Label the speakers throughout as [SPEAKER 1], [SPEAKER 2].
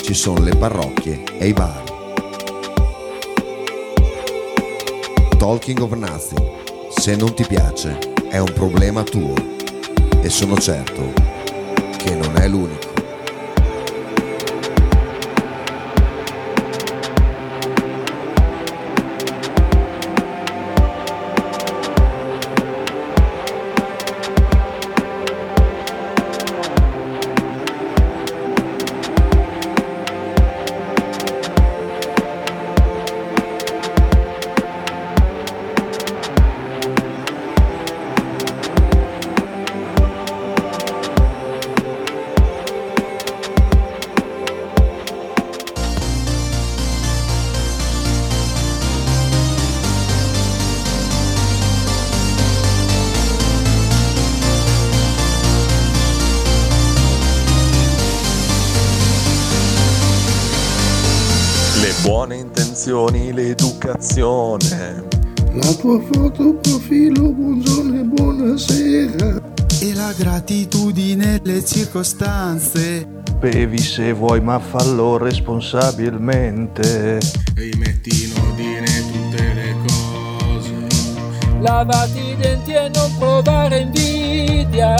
[SPEAKER 1] ci sono le parrocchie e i bar. Talking of Nothing, se non ti piace, è un problema tuo e sono certo che non è l'unico.
[SPEAKER 2] Le buone intenzioni, l'educazione.
[SPEAKER 3] La tua foto profilo, buongiorno e buonasera.
[SPEAKER 4] e la gratitudine le circostanze
[SPEAKER 5] Bevi se vuoi, ma fallo responsabilmente.
[SPEAKER 6] Rimetti in ordine tutte le cose.
[SPEAKER 7] Lavati i denti e non provare invidia.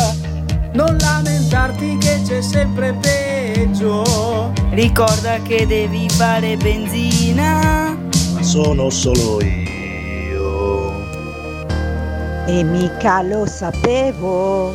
[SPEAKER 7] Non lamentarti che c'è sempre peggio.
[SPEAKER 8] Ricorda che devi fare benzina.
[SPEAKER 5] Ma sono solo io.
[SPEAKER 9] E mica lo sapevo.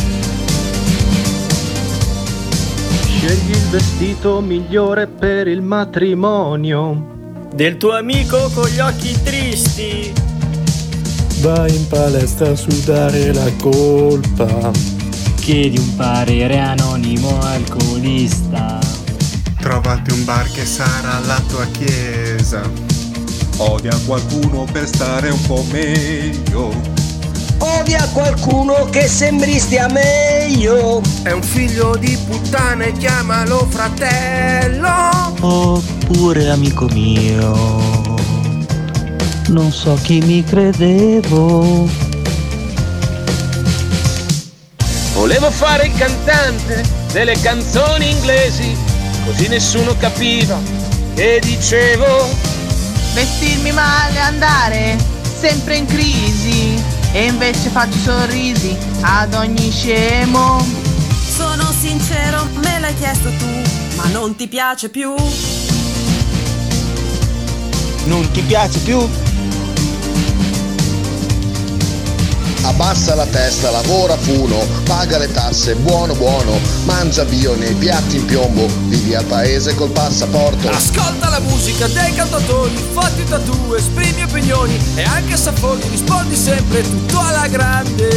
[SPEAKER 10] Scegli il vestito migliore per il matrimonio.
[SPEAKER 11] Del tuo amico con gli occhi tristi.
[SPEAKER 12] Vai in palestra a sudare la colpa.
[SPEAKER 13] Chiedi un parere anonimo alcolista.
[SPEAKER 14] Trovati un bar che sarà la tua chiesa.
[SPEAKER 2] Odia qualcuno per stare un po' meglio.
[SPEAKER 7] Odia qualcuno che sembri stia meglio.
[SPEAKER 14] È un figlio di puttana e chiamalo fratello.
[SPEAKER 4] oppure amico mio non so chi mi credevo
[SPEAKER 15] Volevo fare il cantante delle canzoni inglesi, così nessuno capiva che dicevo.
[SPEAKER 16] Vestirmi male, andare sempre in crisi e invece faccio sorrisi ad ogni scemo.
[SPEAKER 17] Sono sincero, me l'hai chiesto tu, ma non ti piace più.
[SPEAKER 4] non ti piace più
[SPEAKER 18] Abbassa la testa, lavora funo, paga le tasse, buono buono, mangia bio nei piatti in piombo, vivi al paese col passaporto.
[SPEAKER 4] Ah,
[SPEAKER 7] Ascolta la musica dei cantatori, fatti tatu, esprimi opinioni e anche se affoghi rispondi sempre tutto alla grande.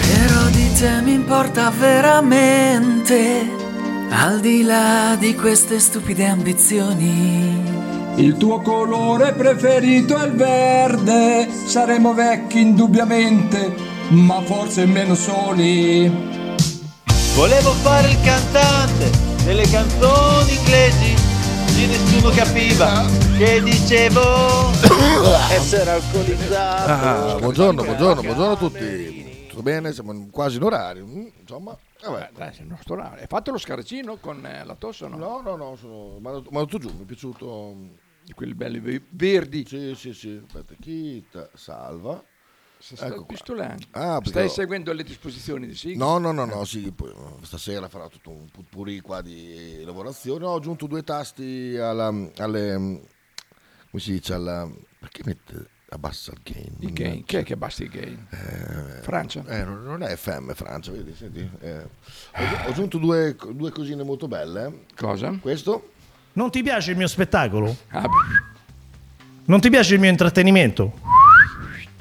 [SPEAKER 19] Però di te mi importa veramente, al di là di queste stupide ambizioni.
[SPEAKER 7] Il tuo colore preferito è il verde, saremo vecchi indubbiamente, ma forse meno soli.
[SPEAKER 4] volevo fare il cantante delle canzoni inglesi così nessuno capiva che dicevo essere alcolizzato
[SPEAKER 9] Ah, buongiorno, buongiorno, buongiorno a tutti. Tutto bene? Siamo quasi in orario. Mm, Insomma, vabbè.
[SPEAKER 20] il nostro orario. Hai fatto lo scaricino con eh, la tosse o no?
[SPEAKER 9] No, no, no, sono mandato, mandato giù, mi è piaciuto. Di
[SPEAKER 20] quelli belli ve- verdi.
[SPEAKER 9] Sì, sì, sì. Aspetta, chita, salva.
[SPEAKER 20] Stai
[SPEAKER 9] Ecco qua.
[SPEAKER 20] pistolando.
[SPEAKER 9] Ah, perché
[SPEAKER 20] Stai
[SPEAKER 9] ho-
[SPEAKER 20] seguendo le disposizioni di Sig?
[SPEAKER 9] No, no, no, no, sì, poi, eh, stasera farà tutto un putpurì qua di lavorazione. Ho aggiunto due tasti alla, mm, alle... come si dice? Alla, perché mette, abbassa il gain?
[SPEAKER 20] I gain. Chi è che abbassa i gain?
[SPEAKER 9] Eh,
[SPEAKER 20] Francia?
[SPEAKER 9] eh, non non è FM Francia, vedi, senti. eh. Ho, ho aggiunto due, due cosine molto belle.
[SPEAKER 20] Cosa?
[SPEAKER 9] Questo?
[SPEAKER 21] Non ti piace il mio spettacolo?
[SPEAKER 20] Ah,
[SPEAKER 21] Non ti piace il mio intrattenimento?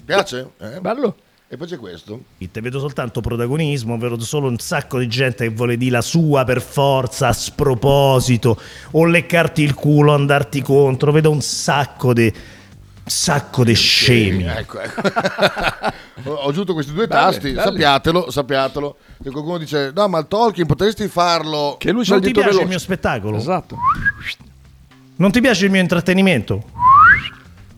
[SPEAKER 9] Piace? Eh?
[SPEAKER 20] bello.
[SPEAKER 9] E poi c'è questo.
[SPEAKER 21] Te vedo soltanto protagonismo, vedo solo un sacco di gente che vuole dire la sua per forza, a sproposito, o leccarti il culo, andarti contro, vedo un sacco di... sacco di scemi.
[SPEAKER 9] Ecco, ecco. ho, ho aggiunto questi due
[SPEAKER 21] Belle,
[SPEAKER 9] tasti,
[SPEAKER 21] belle.
[SPEAKER 9] sappiatelo, sappiatelo. Se qualcuno dice "No, ma il Tolkien potresti farlo".
[SPEAKER 21] Che lui c'ha Non il ti dito piace veloce. il mio spettacolo? Esatto. Non ti piace il mio intrattenimento?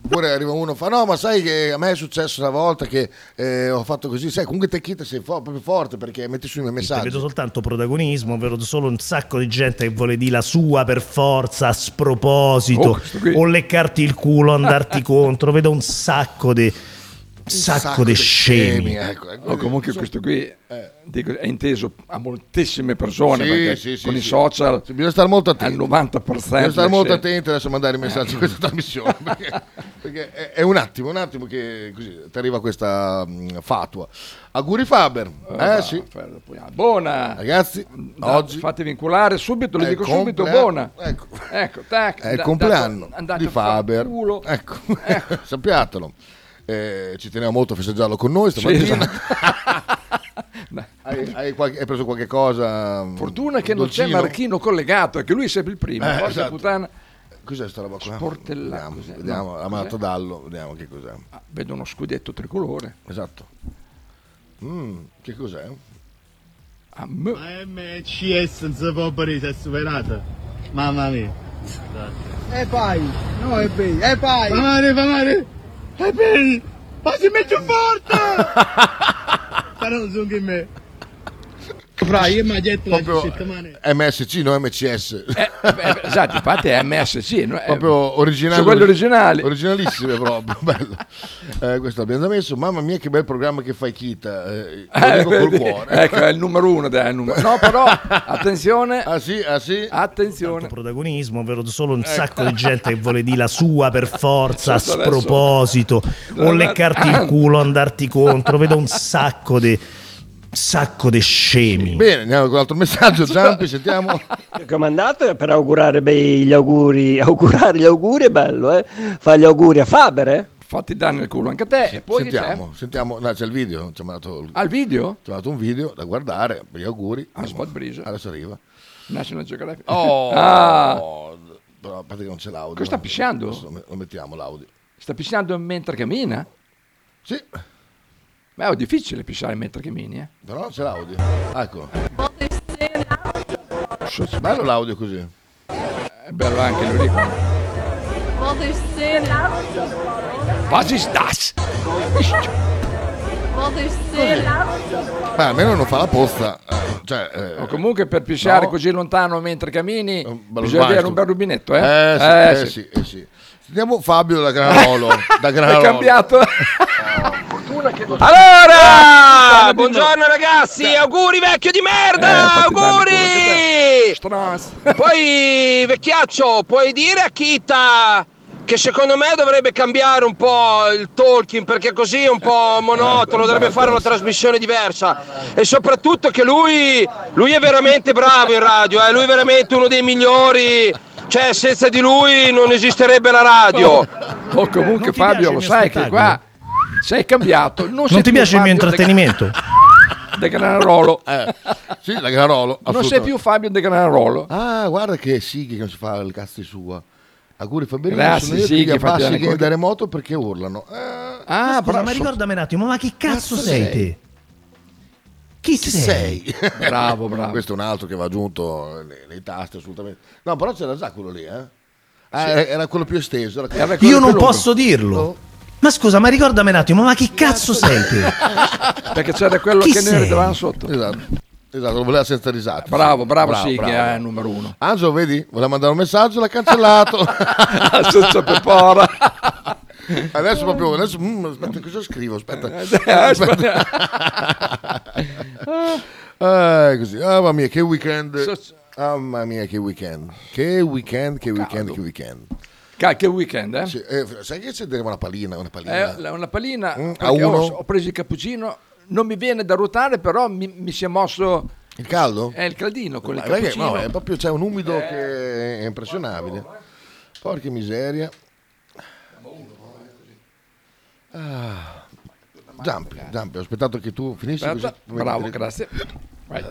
[SPEAKER 9] Oppure arriva uno e fa "No, ma sai che a me è successo una volta che eh, ho fatto così, sai, comunque te chita sei fo- proprio forte perché metti su i miei
[SPEAKER 21] Te vedo
[SPEAKER 9] messaggi".
[SPEAKER 21] soltanto protagonismo, vedo solo un sacco di gente che vuole dire la sua per forza, a sproposito,
[SPEAKER 7] Oh, questo qui.
[SPEAKER 21] o leccarti il culo, andarti contro, vedo un sacco di... sacco, di scemi.
[SPEAKER 9] ecco.
[SPEAKER 7] Oh, comunque questo qui eh, dico, è inteso a moltissime persone
[SPEAKER 9] Sì,
[SPEAKER 7] perché
[SPEAKER 9] sì, sì,
[SPEAKER 7] con i
[SPEAKER 9] sì.
[SPEAKER 7] social
[SPEAKER 9] bisogna stare molto attenti.
[SPEAKER 7] Al 90%.
[SPEAKER 9] Bisogna stare molto
[SPEAKER 7] se-
[SPEAKER 9] attenti adesso a mandare i
[SPEAKER 7] Eh.
[SPEAKER 9] messaggi in questa trasmissione perché, perché è, è un attimo, un attimo che così ti arriva questa mh, fatua. Auguri Faber. Eh,
[SPEAKER 7] va,
[SPEAKER 9] sì.
[SPEAKER 7] Esatto. Buona.
[SPEAKER 9] Ragazzi,
[SPEAKER 7] Da-
[SPEAKER 9] oggi
[SPEAKER 7] Fatevi inculare subito, lo
[SPEAKER 9] È
[SPEAKER 7] dico
[SPEAKER 9] il
[SPEAKER 7] subito,
[SPEAKER 9] complea-
[SPEAKER 7] buona.
[SPEAKER 9] Ecco,
[SPEAKER 7] tac,
[SPEAKER 9] è il
[SPEAKER 7] da-
[SPEAKER 9] compleanno
[SPEAKER 7] dato- andate
[SPEAKER 9] di
[SPEAKER 7] a far
[SPEAKER 9] Faber.
[SPEAKER 7] culo.
[SPEAKER 9] Ecco, sappiatelo. Eh, ci teniamo molto a festeggiarlo con noi stamattina.
[SPEAKER 7] esatto.
[SPEAKER 9] hai, hai qualche- hai preso qualche cosa? mm,
[SPEAKER 7] Fortuna che non c'è
[SPEAKER 9] dolcino?
[SPEAKER 7] Marchino collegato, è che lui è sempre il primo.
[SPEAKER 9] Eh,
[SPEAKER 7] Porca
[SPEAKER 9] esatto.
[SPEAKER 7] puttana.
[SPEAKER 9] Cos'è sta roba qua?
[SPEAKER 7] Sportellata.
[SPEAKER 9] Ah, Vediamo, vediamo amato
[SPEAKER 7] Eh,
[SPEAKER 9] Dallo, vediamo che cos'è.
[SPEAKER 7] Ah, vedo uno scudetto tricolore.
[SPEAKER 9] Esatto. Mm, che cos'è?
[SPEAKER 1] MCS non si può barese, è superata. Mamma mia.
[SPEAKER 3] E poi, no e poi, e poi.
[SPEAKER 1] Famare, famare. E poi, ma si mette forte! Però non sono che me. Fra, io mi ha detto la
[SPEAKER 9] Proprio-
[SPEAKER 1] settimana.
[SPEAKER 9] MSC, no MCS.
[SPEAKER 7] esatto, infatti è MSC. No? È-
[SPEAKER 9] proprio originale.
[SPEAKER 7] Sono quelli originali.
[SPEAKER 9] Originalissime proprio, bello. Eh, questo l'abbiamo già messo. Mamma mia che bel programma che fai Kita. Eh, lo
[SPEAKER 7] Eh,
[SPEAKER 9] dico col
[SPEAKER 7] vedi?
[SPEAKER 9] cuore.
[SPEAKER 7] Ecco, è il numero uno. dai, è il numero- No, però, attenzione.
[SPEAKER 9] Ah sì, ah sì. Ecco.
[SPEAKER 7] Attenzione.
[SPEAKER 21] protagonismo, vedo solo un sacco di gente che vuole dire la sua per forza,
[SPEAKER 9] Certo,
[SPEAKER 21] a
[SPEAKER 7] Adesso-
[SPEAKER 21] sproposito, o
[SPEAKER 7] Adesso-
[SPEAKER 21] leccarti il culo, andarti contro, vedo un sacco di... sacco di scemi.
[SPEAKER 9] Bene, andiamo con l'altro messaggio, Zampi, sentiamo.
[SPEAKER 13] Raccomandate per augurare bei gli auguri, augurare gli auguri è bello, eh? Fare gli auguri a Faber, eh?
[SPEAKER 7] Fatti dare nel culo anche a te. e poi
[SPEAKER 9] sentiamo, sentiamo. No, c'è il video. Ci ha mandato il-
[SPEAKER 7] Al video?
[SPEAKER 9] Ci ha mandato un video da guardare. Gli auguri.
[SPEAKER 7] A spot brisa.
[SPEAKER 9] Adesso arriva.
[SPEAKER 7] National Geographic.
[SPEAKER 9] Oh,
[SPEAKER 7] Ah,
[SPEAKER 9] però a parte che non c'è l'audio.
[SPEAKER 7] Cosa sta pisciando?
[SPEAKER 9] Adesso Lo lo mettiamo l'audio.
[SPEAKER 7] sta pisciando mentre cammina?
[SPEAKER 9] Sì.
[SPEAKER 7] Ma è difficile pisciare mentre cammini, eh?
[SPEAKER 9] Però c'è l'audio. Ecco. Bello l'audio così.
[SPEAKER 7] È Eh, bello anche lo dico. Was ist das?
[SPEAKER 9] Ma almeno non fa la posta. eh, Cioè, eh,
[SPEAKER 7] O comunque per pisciare
[SPEAKER 9] no.
[SPEAKER 7] così lontano mentre cammini
[SPEAKER 9] bello
[SPEAKER 7] bisogna avere
[SPEAKER 9] sguasto.
[SPEAKER 7] un bel rubinetto, eh?
[SPEAKER 9] Eh, sì,
[SPEAKER 7] Eh,
[SPEAKER 9] eh, sì, eh, sì. Sentiamo Fabio da Granarolo. da Granarolo.
[SPEAKER 7] È cambiato.
[SPEAKER 15] Allora, buongiorno ragazzi, auguri vecchio di
[SPEAKER 7] Eh,
[SPEAKER 15] merda, auguri! Poi vecchiaccio, puoi dire a Kita che secondo me dovrebbe cambiare un po' il Tolkien perché così è un
[SPEAKER 7] Eh,
[SPEAKER 15] po' monotono, dovrebbe fare una trasmissione diversa e soprattutto che lui, lui è veramente bravo in radio, eh, lui è veramente uno dei migliori, cioè senza di lui non esisterebbe la radio.
[SPEAKER 7] O Oh, comunque Fabio, lo sai che qua sei cambiato. Non, sei
[SPEAKER 21] Non ti
[SPEAKER 7] più
[SPEAKER 21] piace il mio
[SPEAKER 7] Fabio De-
[SPEAKER 21] intrattenimento?
[SPEAKER 7] De Granarolo.
[SPEAKER 9] Sì, da Granarolo.
[SPEAKER 7] Non sei più Fabio De Granarolo.
[SPEAKER 9] Ah, guarda che Sighi che non si fa il cazzo di sua. Auguri Fabrizio,
[SPEAKER 7] Grazie,
[SPEAKER 9] sono io
[SPEAKER 7] Sighi,
[SPEAKER 9] che gli
[SPEAKER 7] fatti
[SPEAKER 9] abbassi
[SPEAKER 7] dare
[SPEAKER 9] che
[SPEAKER 7] conto.
[SPEAKER 9] da remoto perché urlano. Eh,
[SPEAKER 21] Ma
[SPEAKER 7] Ah,
[SPEAKER 21] scusa,
[SPEAKER 7] bravo.
[SPEAKER 21] ma ricordami un attimo, ma che cazzo,
[SPEAKER 9] Cazzo
[SPEAKER 21] sei,
[SPEAKER 9] sei?
[SPEAKER 21] te? Chi, sei?
[SPEAKER 7] bravo, bravo.
[SPEAKER 9] Questo è un altro che va aggiunto nei, nei tasti assolutamente. No, però c'era già quello lì, eh. Ah,
[SPEAKER 21] Sì.
[SPEAKER 9] era, era quello più esteso. era Eh, quello
[SPEAKER 21] Io
[SPEAKER 9] più
[SPEAKER 21] non
[SPEAKER 9] lungo.
[SPEAKER 21] posso dirlo. Ma scusa, ma ricordami un attimo, ma che cazzo sei te?
[SPEAKER 7] Perché c'era quello
[SPEAKER 21] Chi
[SPEAKER 7] che nero
[SPEAKER 21] sei?
[SPEAKER 7] davanti sotto.
[SPEAKER 9] Esatto. Esatto, lo voleva senza risate.
[SPEAKER 7] Bravo, bravo, eh, sì,
[SPEAKER 9] bravo.
[SPEAKER 7] che è il numero uno.
[SPEAKER 9] Angelo, vedi? Voleva mandare un messaggio, l'ha cancellato.
[SPEAKER 7] Senza Ah, pepora.
[SPEAKER 9] Adesso proprio, adesso, mm, aspetta, cosa scrivo? Aspetta.
[SPEAKER 7] Eh,
[SPEAKER 9] Ah, così. Ah, mamma mia, che weekend. Ah, mamma mia, che weekend. Che weekend, che weekend, che weekend.
[SPEAKER 7] Ca- Che weekend, eh?
[SPEAKER 9] Sì, eh, sai che c'è una palina, una palina.
[SPEAKER 7] Eh, la- una palina.
[SPEAKER 9] Mm,
[SPEAKER 7] perché
[SPEAKER 9] a uno?
[SPEAKER 7] Ho, ho preso il cappuccino. Non mi viene da ruotare, però mi, mi si è mosso.
[SPEAKER 9] Il caldo?
[SPEAKER 7] È il caldino con il
[SPEAKER 9] Ma guarda che-
[SPEAKER 7] cappuccino. Eh.
[SPEAKER 9] no, è proprio, c'è un umido che è impressionabile. Porca miseria. Ah. Giampi, Giampi, ho aspettato che tu finissi
[SPEAKER 7] Aspetta,
[SPEAKER 9] così.
[SPEAKER 7] bravo, grazie. Vai.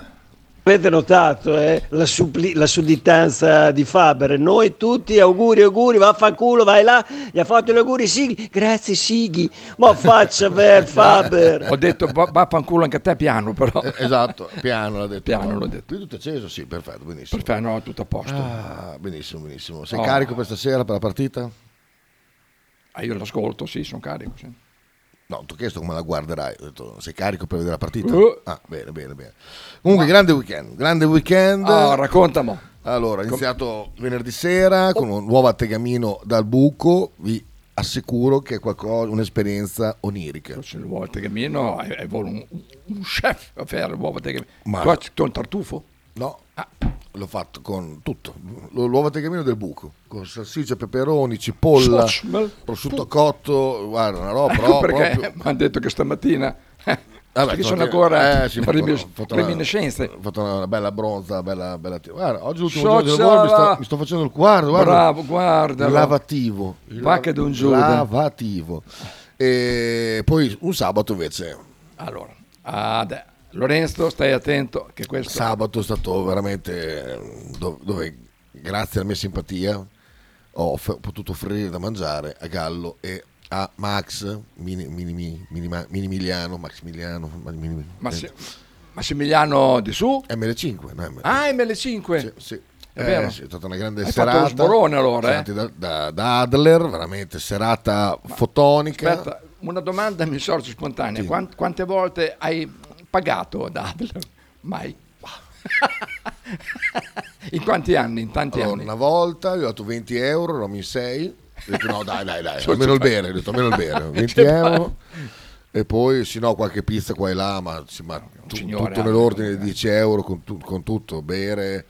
[SPEAKER 13] Avete notato eh, la, suppli- la sudditanza di Faber? Noi tutti auguri, auguri, vaffanculo, vai là, gli ha fatto gli auguri Sighi, grazie Sighi, ma faccia per Faber.
[SPEAKER 7] Eh, Ho detto va- vaffanculo anche a te piano però.
[SPEAKER 9] Esatto, piano l'ha detto.
[SPEAKER 7] Piano l'ho detto.
[SPEAKER 9] Qui tutto acceso, sì, perfetto, benissimo.
[SPEAKER 7] Perfetto, no, tutto a posto.
[SPEAKER 9] Ah, benissimo, benissimo. Sei
[SPEAKER 7] Oh.
[SPEAKER 9] carico per stasera per la partita?
[SPEAKER 7] Ah, io l'ascolto, sì, sono carico. sì.
[SPEAKER 9] No, ti ho chiesto come la guarderai, ho detto sei carico per vedere la partita?
[SPEAKER 7] Eh.
[SPEAKER 9] Ah, bene, bene, bene. Comunque, grande weekend, grande weekend.
[SPEAKER 7] Ah, raccontamo.
[SPEAKER 9] Allora, è iniziato venerdì sera con un nuovo attegamino dal buco, vi assicuro che è qualcosa, un'esperienza onirica.
[SPEAKER 7] Il nuovo attegamino è, è volo eh, un, un chef a fare il nuovo attegamino.
[SPEAKER 9] Ma-
[SPEAKER 7] Qua c'è un tartufo?
[SPEAKER 9] No, l'ho fatto con tutto, L- l'uovo attegamino del buco, con salsiccia, peperoni, cipolla,
[SPEAKER 7] Schmel-
[SPEAKER 9] prosciutto cotto, guarda, una roba
[SPEAKER 7] Ecco
[SPEAKER 9] proprio...
[SPEAKER 7] perché mi hanno detto che stamattina
[SPEAKER 9] Vabbè,
[SPEAKER 7] ci
[SPEAKER 9] so che-
[SPEAKER 7] sono ancora
[SPEAKER 9] eh, sì, ho fatto-
[SPEAKER 7] rimis-
[SPEAKER 9] ho fatto una-
[SPEAKER 7] reminiscenze.
[SPEAKER 9] Ho fatto una bella bronza, bella, bella guarda, oggi è l'ultimo
[SPEAKER 7] Sociala.
[SPEAKER 9] giorno di lavoro, mi sto, mi sto facendo il guardo, guarda.
[SPEAKER 7] Bravo, guardalo.
[SPEAKER 9] Il lavativo. Il
[SPEAKER 7] Va
[SPEAKER 9] la-
[SPEAKER 7] che d'un Giuda.
[SPEAKER 9] Lavativo. E poi un sabato invece,
[SPEAKER 7] Allora, ad- Lorenzo, stai attento che questo
[SPEAKER 9] sabato è stato veramente eh, do- dove grazie alla mia simpatia ho f- potuto offrire da mangiare a Gallo e a Max Mini, mini, mini, mini, Mini Miliano, Max Miliano, Mini- eh.
[SPEAKER 7] Massi- Massimiliano di su?
[SPEAKER 9] ML5, no, ML5.
[SPEAKER 7] Ah, ML5.
[SPEAKER 9] Sì, sì. Eh,
[SPEAKER 7] È vero.
[SPEAKER 9] sì, è stata una grande
[SPEAKER 7] Hai
[SPEAKER 9] serata.
[SPEAKER 7] fatto lo sborone allora, eh?
[SPEAKER 9] Serati da, da- da Adler, veramente serata fotonica.
[SPEAKER 7] Aspetta, una domanda mi sorge spontanea.
[SPEAKER 9] Sì.
[SPEAKER 7] Quan- quante volte hai pagato ad Adler? Mai. in quanti anni? In tanti
[SPEAKER 9] Allora,
[SPEAKER 7] anni.
[SPEAKER 9] una volta gli ho dato 20 euro, Romy 6. Ho detto no, dai, dai, dai,
[SPEAKER 7] Cioè,
[SPEAKER 9] almeno il
[SPEAKER 7] cioè,
[SPEAKER 9] bere, ho detto almeno il bere,
[SPEAKER 7] che
[SPEAKER 9] 20
[SPEAKER 7] palle.
[SPEAKER 9] euro. E poi, se no, qualche pizza qua e là, ma, sì, ma tu-
[SPEAKER 7] signore,
[SPEAKER 9] tutto
[SPEAKER 7] Adler,
[SPEAKER 9] nell'ordine di 10 euro con, tu- con tutto, bere,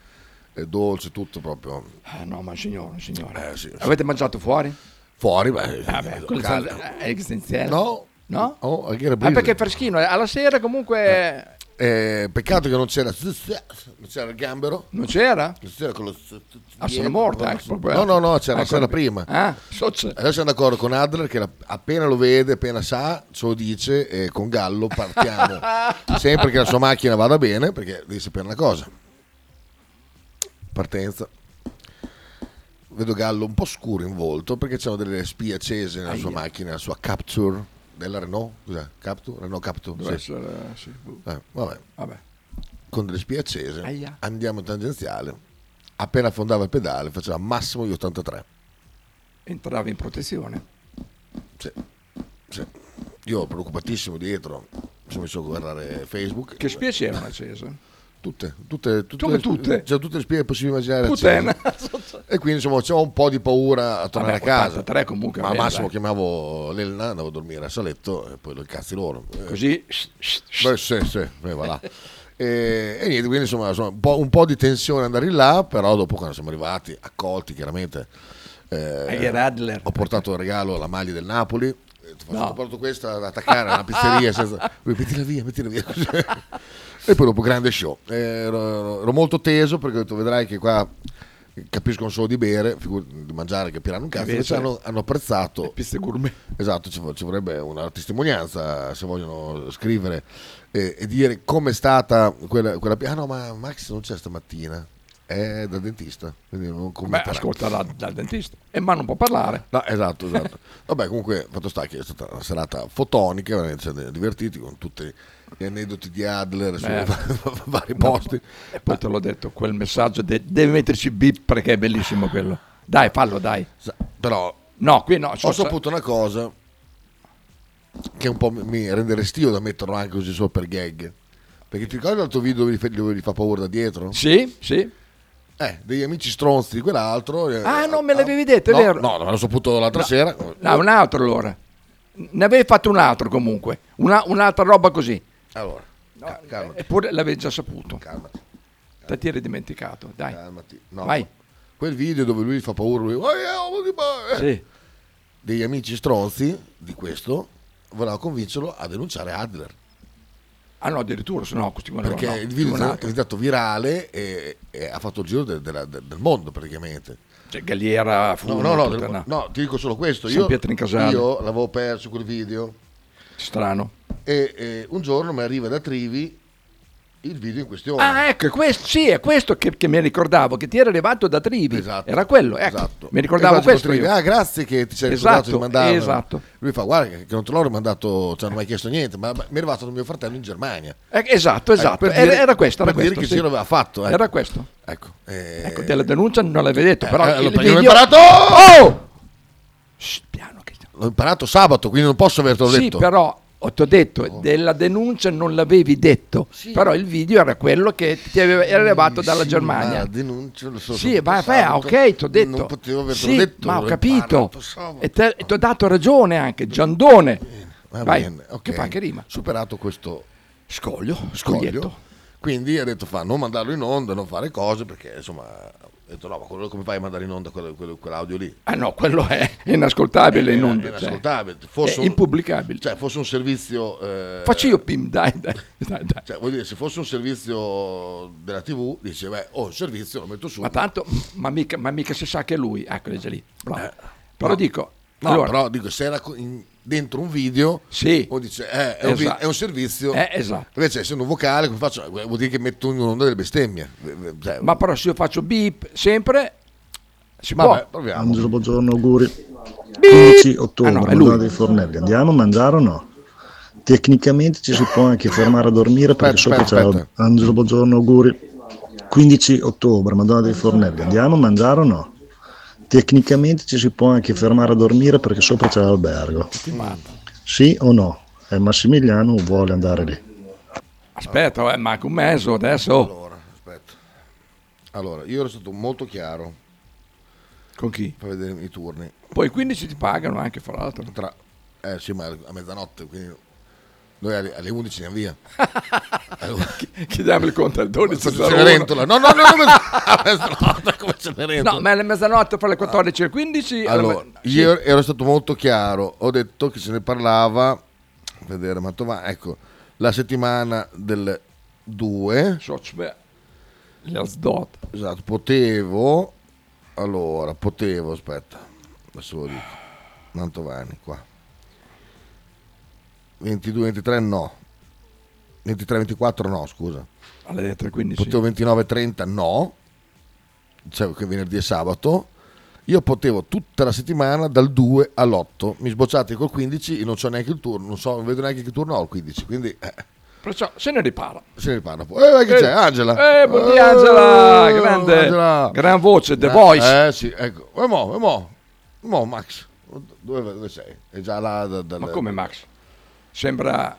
[SPEAKER 9] eh, dolce, tutto proprio.
[SPEAKER 7] Ah, no, ma signore, signore.
[SPEAKER 9] Eh, sì, sì.
[SPEAKER 7] Avete mangiato fuori?
[SPEAKER 9] Fuori, beh, eh,
[SPEAKER 7] Vabbè, quello
[SPEAKER 9] caldo.
[SPEAKER 7] è esistenziale.
[SPEAKER 9] No?
[SPEAKER 7] No?
[SPEAKER 9] Oh, anche era
[SPEAKER 7] Ah,
[SPEAKER 9] brivido.
[SPEAKER 7] perché è freschino. eh, Alla sera comunque... Eh.
[SPEAKER 9] Eh, peccato che non c'era, non c'era il gambero.
[SPEAKER 7] Non c'era?
[SPEAKER 9] Non c'era quello...
[SPEAKER 7] Ah, sono morto. eh, proprio-
[SPEAKER 9] No, no, no, c'era,
[SPEAKER 7] Ah,
[SPEAKER 9] c'era
[SPEAKER 7] quello-
[SPEAKER 9] prima.
[SPEAKER 7] Ah, so c'è.
[SPEAKER 9] Adesso siamo d'accordo con Adler che la- appena lo vede, appena sa, ce lo dice e con Gallo partiamo. Sempre che la sua macchina vada bene, perché devi sapere una cosa. Partenza. Vedo Gallo un po' scuro in volto perché c'erano delle spie accese nella sua macchina, la sua Capture della Renault. Cos'è? Capture? Renault
[SPEAKER 7] Deve
[SPEAKER 9] Capture. sì.
[SPEAKER 7] essere- sì, boh.
[SPEAKER 9] Eh, vabbè.
[SPEAKER 7] Vabbè.
[SPEAKER 9] Con delle spie accese
[SPEAKER 7] Aia.
[SPEAKER 9] andiamo in tangenziale. Appena affondava il pedale faceva massimo gli 83.
[SPEAKER 7] Entrava in protezione.
[SPEAKER 9] Sì, sì. Io ero preoccupatissimo dietro, mi sono messo a guardare Facebook.
[SPEAKER 7] Che spie c'erano accese?
[SPEAKER 9] Tutte, tutte, tutte,
[SPEAKER 7] Come tutte?
[SPEAKER 9] Cioè, tutte le spie possibili immaginare.
[SPEAKER 7] Puttana.
[SPEAKER 9] accese. E quindi insomma c'ho un po' di paura a tornare
[SPEAKER 7] Vabbè,
[SPEAKER 9] a casa.
[SPEAKER 7] 83 comunque,
[SPEAKER 9] Ma al
[SPEAKER 7] vabbè,
[SPEAKER 9] massimo
[SPEAKER 7] dai.
[SPEAKER 9] chiamavo l'Elna, andavo a dormire a Saletto e poi lo incazzi loro. Eh,
[SPEAKER 7] Così...
[SPEAKER 9] Beh, sì, sì, beh, va là. E, e niente, quindi insomma, insomma, un, po', un po' di tensione andare in là, però dopo quando siamo arrivati, accolti chiaramente, eh,
[SPEAKER 7] Era Adler.
[SPEAKER 9] ho portato il regalo alla maglia del Napoli, eh, ti faccio
[SPEAKER 7] No.
[SPEAKER 9] ho portato questa ad attaccare alla pizzeria, senza... lui, mettila via, mettila via. così. e poi dopo grande show, Eh, ero, ero molto teso perché ho detto vedrai che qua capiscono solo di bere, figur- di mangiare capiranno un cazzo,
[SPEAKER 7] Invece-
[SPEAKER 9] invece hanno, hanno apprezzato
[SPEAKER 7] Piste gourmet.
[SPEAKER 9] Esatto, ci, vo- ci vorrebbe una testimonianza se vogliono scrivere eh, e, dire com'è stata quella, quella... Ah no, ma Max non c'è stamattina, è dal dentista, quindi non
[SPEAKER 7] Beh,
[SPEAKER 9] commenterà.
[SPEAKER 7] ascolta dal, dal dentista. E ma non può parlare.
[SPEAKER 9] No, esatto, esatto. Vabbè, comunque, fatto sta che è stata una serata fotonica, veramente ci siamo divertiti con tutti gli aneddoti di Adler su
[SPEAKER 7] Beh.
[SPEAKER 9] vari posti.
[SPEAKER 7] E poi te l'ho detto, quel messaggio de- deve metterci bip perché è bellissimo quello. Dai, fallo, dai.
[SPEAKER 9] Sa- Però
[SPEAKER 7] No, qui no. so-
[SPEAKER 9] ho saputo una cosa che un po' mi- mi rende restio da metterlo anche così solo per gag. Perché ti ricordi l'altro video dove gli fa, dove gli fa paura da dietro?
[SPEAKER 7] Sì, sì.
[SPEAKER 9] Eh, degli amici stronzi di quell'altro. eh,
[SPEAKER 7] Ah, no,
[SPEAKER 9] eh,
[SPEAKER 7] me l'avevi detto, è
[SPEAKER 9] no,
[SPEAKER 7] vero.
[SPEAKER 9] No, l'ho saputo l'altra
[SPEAKER 7] No.
[SPEAKER 9] sera.
[SPEAKER 7] No, un altro allora. Ne avevi fatto un altro comunque. Una- un'altra roba così.
[SPEAKER 9] Allora, ca- calmati,
[SPEAKER 7] Eppure l'avevi già saputo.
[SPEAKER 9] calmati,
[SPEAKER 7] Te ti eri dimenticato. Dai.
[SPEAKER 9] calmati. No,
[SPEAKER 7] Vai.
[SPEAKER 9] Quel video dove lui gli fa paura, lui, "Oh, yeah, oh, di boy", eh,
[SPEAKER 7] Sì.
[SPEAKER 9] degli amici stronzi di questo voleva convincerlo a denunciare Adler.
[SPEAKER 7] Ah no, addirittura, se no, questi qua no,
[SPEAKER 9] perché
[SPEAKER 7] no,
[SPEAKER 9] il
[SPEAKER 7] un
[SPEAKER 9] video è
[SPEAKER 7] altro.
[SPEAKER 9] diventato virale e, e ha fatto il giro de- della- de- del mondo praticamente.
[SPEAKER 7] Cioè, Galliera fu
[SPEAKER 9] No, no, no, del- no, ti dico solo questo.
[SPEAKER 7] San
[SPEAKER 9] Io,
[SPEAKER 7] Pietro in Casale.
[SPEAKER 9] io l'avevo perso quel video.
[SPEAKER 7] Strano.
[SPEAKER 9] E eh, un giorno mi arriva da Trivi il video in questione.
[SPEAKER 7] Ah, ecco, questo, sì, è questo che, che mi ricordavo, che ti era arrivato da Trivi. Era quello, ecco. Mi ricordavo
[SPEAKER 9] E faccio
[SPEAKER 7] questo.
[SPEAKER 9] con Esatto, Trivi,
[SPEAKER 7] io.
[SPEAKER 9] Ah, grazie che ti sei ricordato
[SPEAKER 7] esatto,
[SPEAKER 9] di mandarlo.
[SPEAKER 7] Esatto.
[SPEAKER 9] Lui fa, guarda, che non te l'ho rimandato, ci hanno mai chiesto niente, ma ma mi è arrivato da mio fratello in Germania.
[SPEAKER 7] Eh, esatto,
[SPEAKER 9] Eh,
[SPEAKER 7] esatto.
[SPEAKER 9] per
[SPEAKER 7] Era-
[SPEAKER 9] dire-
[SPEAKER 7] era questo, era
[SPEAKER 9] per dire
[SPEAKER 7] questo,
[SPEAKER 9] che
[SPEAKER 7] sì.
[SPEAKER 9] si aveva fatto. ecco.
[SPEAKER 7] Era questo.
[SPEAKER 9] Ecco,
[SPEAKER 7] Ecco, della denuncia non l'avevi detto, però
[SPEAKER 9] eh,
[SPEAKER 7] il
[SPEAKER 9] l'ho- perché l'ho
[SPEAKER 7] video-
[SPEAKER 9] imparato!
[SPEAKER 7] Oh!
[SPEAKER 9] L'ho imparato sabato, quindi non posso avertelo
[SPEAKER 7] Sì,
[SPEAKER 9] detto. Oh.
[SPEAKER 7] però ho- ti ho detto, della denuncia non l'avevi detto, però il video era quello che ti aveva, era arrivato dalla
[SPEAKER 9] Sì,
[SPEAKER 7] Germania.
[SPEAKER 9] Ma denuncio, lo so,
[SPEAKER 7] Sì,
[SPEAKER 9] sono
[SPEAKER 7] ma
[SPEAKER 9] passato,
[SPEAKER 7] beh, ok, ti ho detto.
[SPEAKER 9] Non potevo avertelo
[SPEAKER 7] Sì,
[SPEAKER 9] detto. eh. Ah,
[SPEAKER 7] ma ho
[SPEAKER 9] l'ho
[SPEAKER 7] capito.
[SPEAKER 9] imparato sabato.
[SPEAKER 7] E te- e ti ho dato ragione anche, Giandone.
[SPEAKER 9] Va
[SPEAKER 7] Vai,
[SPEAKER 9] bene, ok.
[SPEAKER 7] che fa anche rima.
[SPEAKER 9] Superato questo
[SPEAKER 7] scoglio,
[SPEAKER 9] scoglio. Quindi ha detto fa non mandarlo in onda, non fare cose, perché insomma, ho detto no, ma quello come fai a mandare in onda quello- quello- quell'audio lì? Eh,
[SPEAKER 7] Ah no, quello è inascoltabile in
[SPEAKER 9] Era-
[SPEAKER 7] onda,
[SPEAKER 9] era
[SPEAKER 7] cioè.
[SPEAKER 9] ascoltabile,
[SPEAKER 7] È
[SPEAKER 9] fosse un-
[SPEAKER 7] impubblicabile.
[SPEAKER 9] Cioè, fosse un servizio. eh,
[SPEAKER 7] Facci io Pim, dai, dai, dai, dai.
[SPEAKER 9] Cioè, vuol dire, se fosse un servizio della TV, dice, beh, ho un servizio, lo metto su.
[SPEAKER 7] Ma tanto, mm, ma mica, ma mica si sa che è lui. Ecco, è già lì. Bravo.
[SPEAKER 9] Eh,
[SPEAKER 7] però
[SPEAKER 9] no.
[SPEAKER 7] dico,
[SPEAKER 9] No,
[SPEAKER 7] allora,
[SPEAKER 9] però dico, se era co- in- dentro un video,
[SPEAKER 7] Sì.
[SPEAKER 9] uno dice, eh, è, un vi-
[SPEAKER 7] Esatto.
[SPEAKER 9] è un servizio.
[SPEAKER 7] Eh, esatto.
[SPEAKER 9] Invece, essendo un vocale, come faccio? Eh, Vuol dire che metto in onda delle bestemmie. Eh, eh, cioè,
[SPEAKER 7] ma però se io faccio beep sempre, si
[SPEAKER 9] Vabbè,
[SPEAKER 7] può.
[SPEAKER 9] proviamo.
[SPEAKER 5] Buongiorno, buongiorno, auguri. 11
[SPEAKER 7] Ah, no,
[SPEAKER 5] ottobre,
[SPEAKER 7] è lui.
[SPEAKER 5] Madonna dei Fornelli. Andiamo a mangiare o no? Tecnicamente ci si può anche fermare a dormire perché sopra
[SPEAKER 9] aspetta,
[SPEAKER 5] c'è la... Angelo, buongiorno, auguri. 15 ottobre, Madonna dei Fornelli. Andiamo a mangiare o no? Tecnicamente ci si può anche fermare a dormire perché sopra c'è l'albergo. Sì o no? E Massimiliano vuole andare lì.
[SPEAKER 7] Aspetta, eh, manca un mezzo adesso.
[SPEAKER 9] Allora, aspetta. Allora, io ero stato molto chiaro.
[SPEAKER 7] Con chi?
[SPEAKER 9] Per vedere i turni.
[SPEAKER 7] Poi 15 ti pagano anche, fra l'altro.
[SPEAKER 9] Tra... Eh sì, ma a mezzanotte, quindi noi alle, alle 11 andiamo via.
[SPEAKER 7] Chiediamo il conto al 12.
[SPEAKER 9] Faccio Cenerentola. No, no, no, no, no. a mezzanotte come Cenerentola.
[SPEAKER 7] No, ma è la mezzanotte fra le 14 e le 15.
[SPEAKER 9] Allora,
[SPEAKER 7] sì.
[SPEAKER 9] io ero stato molto chiaro, ho detto che se ne parlava, vedere Mantovani, ecco, la settimana del 2,
[SPEAKER 7] Beh, le asdot.
[SPEAKER 9] esatto, potevo, allora, potevo, aspetta, adesso lo dico, Mantovani qua, 22-23 no, 23-24 no, scusa,
[SPEAKER 7] Alle 15.
[SPEAKER 9] potevo 29-30 no, cioè che venerdì e sabato, io potevo tutta la settimana dal 2 all'8, mi sbocciate col 15 e non so neanche il turno, non so, non vedo neanche che turno ho il 15, quindi eh,
[SPEAKER 7] Perciò se ne ripara.
[SPEAKER 9] se ne ripara poi. Eh, vai che c'è, Angela.
[SPEAKER 7] Eh, buondì Angela,
[SPEAKER 9] Eh,
[SPEAKER 7] grande,
[SPEAKER 9] Angela.
[SPEAKER 7] gran voce, The
[SPEAKER 9] Eh,
[SPEAKER 7] Voice.
[SPEAKER 9] Eh sì, ecco. E mo, e mo, e mo Max, dove, dove sei? È già là da, dal- Eh,
[SPEAKER 7] Ma come Max? Sembra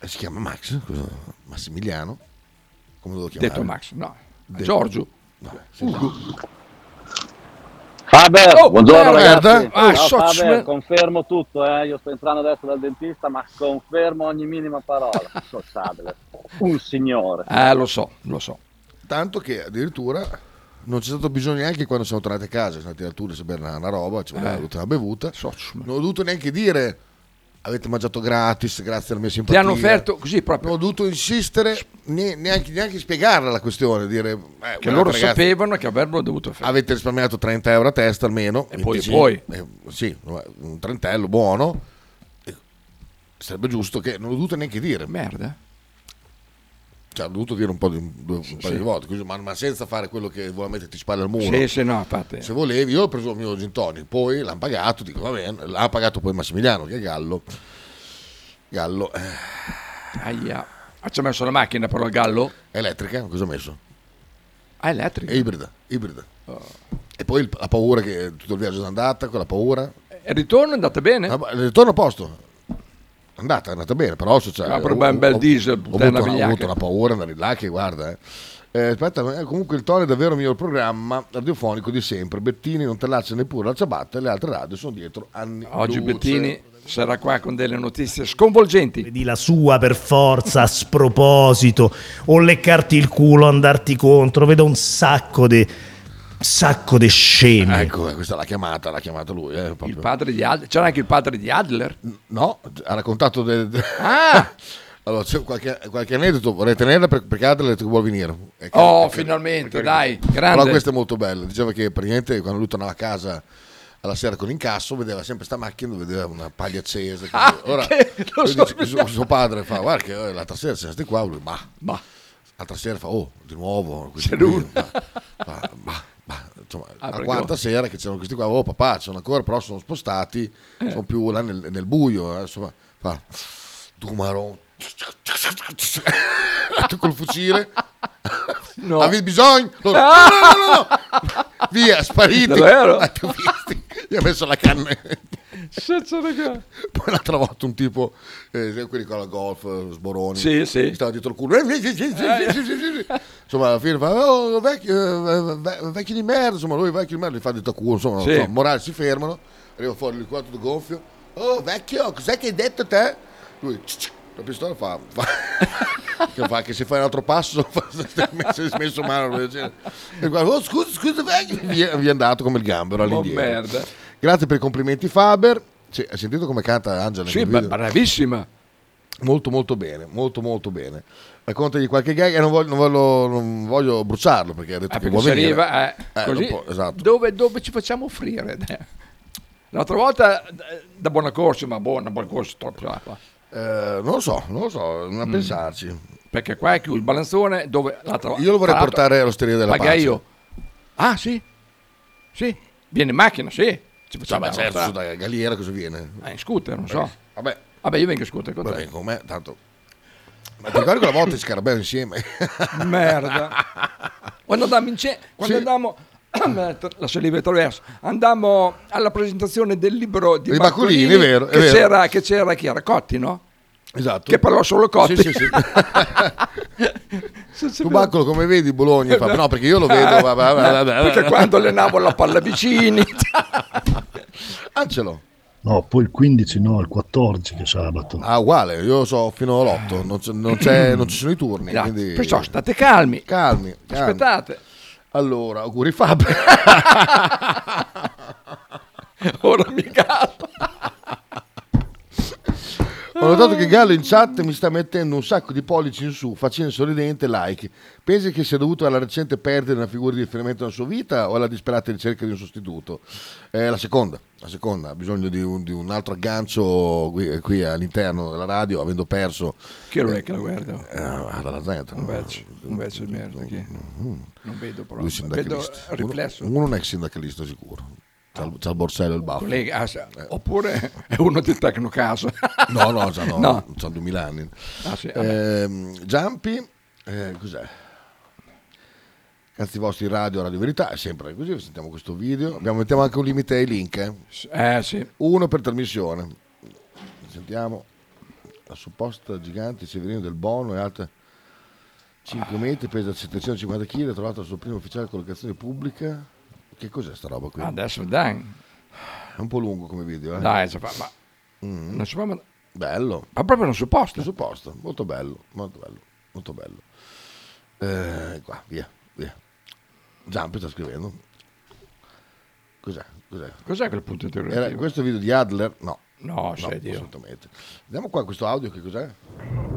[SPEAKER 9] Si chiama Max, cosa? Massimiliano, come lo devo chiamare?
[SPEAKER 7] detto Max, no.
[SPEAKER 9] Detto.
[SPEAKER 7] Giorgio. Ugo.
[SPEAKER 8] Faber,
[SPEAKER 7] Oh,
[SPEAKER 8] buongiorno
[SPEAKER 7] merda.
[SPEAKER 8] ragazzi.
[SPEAKER 7] Ah,
[SPEAKER 8] Ciao,
[SPEAKER 7] so-
[SPEAKER 8] Faber, confermo tutto, eh. io sto entrando adesso dal dentista, ma confermo ogni minima parola. So Sabler, un signore.
[SPEAKER 7] Eh, lo so, lo so.
[SPEAKER 9] Tanto che addirittura non c'è stato bisogno neanche quando siamo tornati a casa, siamo andati al tour, per una, una roba, ci voleva
[SPEAKER 7] Eh.
[SPEAKER 9] tutta una bevuta. Non ho dovuto neanche dire avete mangiato gratis, grazie alla mia
[SPEAKER 7] Ti
[SPEAKER 9] simpatia.
[SPEAKER 7] hanno offerto così proprio.
[SPEAKER 9] Non ho dovuto insistere, ne- neanche, neanche spiegarla la questione, dire eh, guardate,
[SPEAKER 7] Che loro
[SPEAKER 9] ragazzi,
[SPEAKER 7] sapevano che avrebbero dovuto fare.
[SPEAKER 9] Avete risparmiato 30 euro a testa almeno.
[SPEAKER 7] E poi-
[SPEAKER 9] 25, eh, sì, un trentello buono. Eh, Sarebbe giusto che non ho dovuto neanche dire.
[SPEAKER 7] Merda.
[SPEAKER 9] Cioè, ho dovuto dire un po' di, due- un paio
[SPEAKER 7] sì.
[SPEAKER 9] di volte, così, ma, ma senza fare quello che vuole metterti spalle al muro.
[SPEAKER 7] Sì, sì, no, infatti.
[SPEAKER 9] Se volevi, io ho preso il mio gin tonic, poi l'hanno pagato, dico va bene, l'ha pagato poi Massimiliano, che è Gallo. Gallo. eh.
[SPEAKER 7] Aia. Ah, ci ha messo la macchina però il gallo?
[SPEAKER 9] Elettrica, cosa ha messo?
[SPEAKER 7] Ah, elettrica. Oh.
[SPEAKER 9] È ibrida, ibrida. E poi il- la paura che tutto il viaggio è andata, con la paura. Ah,
[SPEAKER 7] E il ritorno è andata bene?
[SPEAKER 9] il ritorno a posto. È andata, è andata bene, però se c'è...
[SPEAKER 7] Ah, però beh, un bel diesel,
[SPEAKER 9] ho avuto,
[SPEAKER 7] puttana
[SPEAKER 9] una, ho
[SPEAKER 7] vigliacca.
[SPEAKER 9] avuto una paura andare là che guarda, eh. Eh, aspetta, ma, eh, comunque il tono è davvero il miglior programma radiofonico di sempre. Bettini non te lascia neppure la ciabatta, le altre radio sono dietro anni
[SPEAKER 7] Oggi
[SPEAKER 9] luce.
[SPEAKER 7] Bettini sarà qua con delle notizie sconvolgenti.
[SPEAKER 21] di la sua per forza a sproposito o leccarti il culo andarti contro vedo un sacco di sacco di scemi
[SPEAKER 9] Ecco, eh, questa l'ha chiamata, l'ha chiamata lui. eh, proprio.
[SPEAKER 7] Il padre di Adler. C'era anche il padre di Adler?
[SPEAKER 9] Mm. No, ha raccontato. del-
[SPEAKER 7] Ah!
[SPEAKER 9] allora, c'è qualche, qualche aneddoto, vorrei tenerla per- perché Adler ha detto che vuole venire. E che-
[SPEAKER 7] Oh,
[SPEAKER 9] e che-
[SPEAKER 7] finalmente,
[SPEAKER 9] perché-
[SPEAKER 7] dai,
[SPEAKER 9] Però
[SPEAKER 7] grande.
[SPEAKER 9] questa è molto bella. Diceva che praticamente quando lui tornava a casa alla sera con l'incasso vedeva sempre sta macchina dove vedeva una paglia accesa.
[SPEAKER 7] Ah,
[SPEAKER 9] così. Ora,
[SPEAKER 7] che- lo
[SPEAKER 9] lui
[SPEAKER 7] so-
[SPEAKER 9] dice- suo, suo padre fa, guarda che eh, l'altra sera siamo stati qua, lui, ma,
[SPEAKER 7] ma.
[SPEAKER 9] l'altra sera fa, oh, di nuovo, questi
[SPEAKER 7] C'è
[SPEAKER 9] qui,
[SPEAKER 7] lui.
[SPEAKER 9] ma, ma- ma- ma, insomma,
[SPEAKER 7] Ah,
[SPEAKER 9] la
[SPEAKER 7] perché-
[SPEAKER 9] quarta sera che c'erano questi qua, oh papà, ci sono ancora, però sono spostati,
[SPEAKER 7] Eh.
[SPEAKER 9] sono più là nel, nel buio, eh, insomma, fa, Dumaron, tu col fucile,
[SPEAKER 7] No.
[SPEAKER 9] avevi bisogno, Loro, no, no, no, no, via, spariti,
[SPEAKER 7] Davvero?
[SPEAKER 9] Ma tu visti? gli ha messo la canna
[SPEAKER 7] Senza raga.
[SPEAKER 9] poi l'altra volta un tipo, eh, quelli con la golf, eh, Sboroni,
[SPEAKER 7] Sì, sì.
[SPEAKER 9] gli stava dietro il culo. Eh, Insomma, alla fine fa, oh, vecchio, eh, ve- vecchio di merda, insomma, lui vecchio di merda, gli fa detto a culo, insomma,
[SPEAKER 7] Sì.
[SPEAKER 9] insomma, morale si fermano, arriva fuori il quattro gonfio, oh vecchio, cos'è che hai detto te? Lui, "Cic, cic", la pistola fa, fa- che fa che se fai un altro passo, fa- si è smesso male,
[SPEAKER 7] Ah,
[SPEAKER 9] roba del genere. e guarda, oh scusa, scusa vecchio, via, via andato come il gambero all'indietro.
[SPEAKER 7] Oh, merda.
[SPEAKER 9] Grazie per i complimenti Faber, Sì, hai sentito come canta Angela?
[SPEAKER 7] Sì,
[SPEAKER 9] nel
[SPEAKER 7] ma
[SPEAKER 9] video?
[SPEAKER 7] bravissima.
[SPEAKER 9] Molto molto bene, molto molto bene. Raccontagli qualche gag e non voglio, non voglio- non voglio bruciarlo perché ha detto che
[SPEAKER 7] Perché
[SPEAKER 9] vuole
[SPEAKER 7] ci
[SPEAKER 9] venire.
[SPEAKER 7] arriva, eh,
[SPEAKER 9] Eh, non
[SPEAKER 7] così,
[SPEAKER 9] può- esatto.
[SPEAKER 7] dove, dove ci facciamo offrire? L'altra volta eh, da buona corsa, ma buona, buona corsa, troppo acqua.
[SPEAKER 9] Eh, non lo so, non lo so,
[SPEAKER 7] Mm.
[SPEAKER 9] non a pensarci.
[SPEAKER 7] Perché qua è chiuso il balanzone dove l'altra volta.
[SPEAKER 9] Io lo vorrei
[SPEAKER 7] tra l'altro,
[SPEAKER 9] portare all'osteria della
[SPEAKER 7] pagai
[SPEAKER 9] pace.
[SPEAKER 7] io. Ah, sì? Sì? Viene in macchina, sì. Ci
[SPEAKER 9] Cioè,
[SPEAKER 7] facciamo
[SPEAKER 9] ma
[SPEAKER 7] la
[SPEAKER 9] certo,
[SPEAKER 7] nostra-
[SPEAKER 9] su, dai, Galiera cosa viene?
[SPEAKER 7] Eh, in scooter, non so.
[SPEAKER 9] Vabbè,
[SPEAKER 7] Vabbè, io vengo in scooter con
[SPEAKER 9] va
[SPEAKER 7] te.
[SPEAKER 9] bene, con me tanto. Ma ti ricordi quella volta in scarabeo insieme?
[SPEAKER 7] Merda. Quando andammo in ce- quando andammo la saliva attraverso, andammo alla presentazione del libro di,
[SPEAKER 9] Di Baculini,
[SPEAKER 7] Baculini,
[SPEAKER 9] è vero, è
[SPEAKER 7] che,
[SPEAKER 9] vero.
[SPEAKER 7] C'era, che c'era chi era Cotti, no?
[SPEAKER 9] Esatto.
[SPEAKER 7] Che parlò solo Cotti.
[SPEAKER 9] Sì, sì, sì. Subacolo, come vedi, Bologna fa, no, perché io lo vedo. va- va- va- va- va-
[SPEAKER 7] Perché quando allenavo la palla vicini.
[SPEAKER 9] Angelo.
[SPEAKER 5] No, poi il 15, no, il 14 che è sabato.
[SPEAKER 9] Ah, uguale, io so fino all'8, non, c'è- non c'è- non ci sono i turni.
[SPEAKER 5] Grazie.
[SPEAKER 9] quindi-
[SPEAKER 5] Perciò
[SPEAKER 7] Ah. state calmi.
[SPEAKER 9] Calmi, calmi.
[SPEAKER 7] Aspettate.
[SPEAKER 9] Allora, auguri Fabio.
[SPEAKER 7] Ora mi calmo.
[SPEAKER 9] Ho notato che Gallo in chat mi sta mettendo un sacco di pollici in su, facendo sorridente like. Pensi che sia dovuto alla recente perdita di una figura di riferimento nella sua vita o alla disperata ricerca di un sostituto? Eh, la seconda, la seconda, ha bisogno di un, di un altro aggancio qui, eh, qui all'interno della radio, avendo perso...
[SPEAKER 7] Chi ora è che la guarda?
[SPEAKER 9] Eh, dalla Z.
[SPEAKER 7] Un vecchio, un vecchio di merda. chi è? Non vedo
[SPEAKER 9] Lui
[SPEAKER 7] proprio.
[SPEAKER 9] è
[SPEAKER 7] Vedo
[SPEAKER 9] sindacalista. Uno-
[SPEAKER 7] riflesso.
[SPEAKER 9] Uno, non è sindacalista sicuro. C'ha il, c'ha il borsello e il baffo.
[SPEAKER 7] Collega, ah,
[SPEAKER 9] Eh.
[SPEAKER 7] sa- oppure è uno di Tecnocasa.
[SPEAKER 9] No, no, già no,
[SPEAKER 7] No.
[SPEAKER 9] c'ha 2000 anni.
[SPEAKER 7] Ah, sì,
[SPEAKER 9] Ehm, Giampi, eh, cos'è? Cazzi vostri radio, Radio Verità, è sempre così, sentiamo questo video. Abbiamo, mettiamo anche un limite ai link. Eh,
[SPEAKER 7] Eh, sì.
[SPEAKER 9] Uno per trasmissione. Sentiamo. La supposta gigante Severino del Bono è alta
[SPEAKER 7] Ah.
[SPEAKER 9] 5 metri, pesa 750 kg, ha trovato la sua prima ufficiale collocazione pubblica. Che cos'è sta roba qui?
[SPEAKER 7] Adesso dai.
[SPEAKER 9] È un po' lungo come video, eh?
[SPEAKER 7] Dai, si fa- ma-
[SPEAKER 9] Mm.
[SPEAKER 7] non si fa- ma-
[SPEAKER 9] Bello.
[SPEAKER 7] Ma proprio non supposto.
[SPEAKER 9] Supposto, molto bello, molto bello, molto bello. Eh, qua, via, via. Giampi sta scrivendo. Cos'è? Cos'è?
[SPEAKER 7] Cos'è quel punto interrogativo?
[SPEAKER 9] Era questo video di Adler? No.
[SPEAKER 7] No, sei Dio.
[SPEAKER 9] assolutamente. Vediamo qua questo audio che cos'è?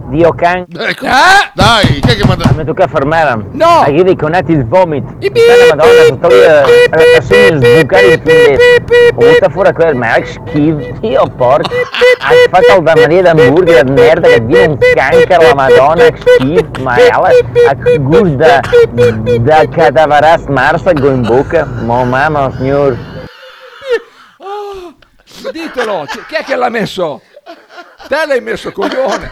[SPEAKER 22] Dio can.
[SPEAKER 9] Ecco. Dai, che che manda?
[SPEAKER 22] Mi tocca fermare.
[SPEAKER 7] No.
[SPEAKER 22] Hai dei connetti il vomit.
[SPEAKER 7] I
[SPEAKER 22] Dai, Madonna, eh, sto lasciando sbucare il filetto. Ho buttato fuori quel ma che schifo. Io porco. Hai fatto Ave Maria d'hamburger di merda che viene un cancro la Madonna, che schifo. Ma è a gusto da, da cadavara smarsa con bocca. Mo mamma, signor.
[SPEAKER 7] Ah, ditelo, c- chi è che l'ha messo? Te l'hai messo coglione.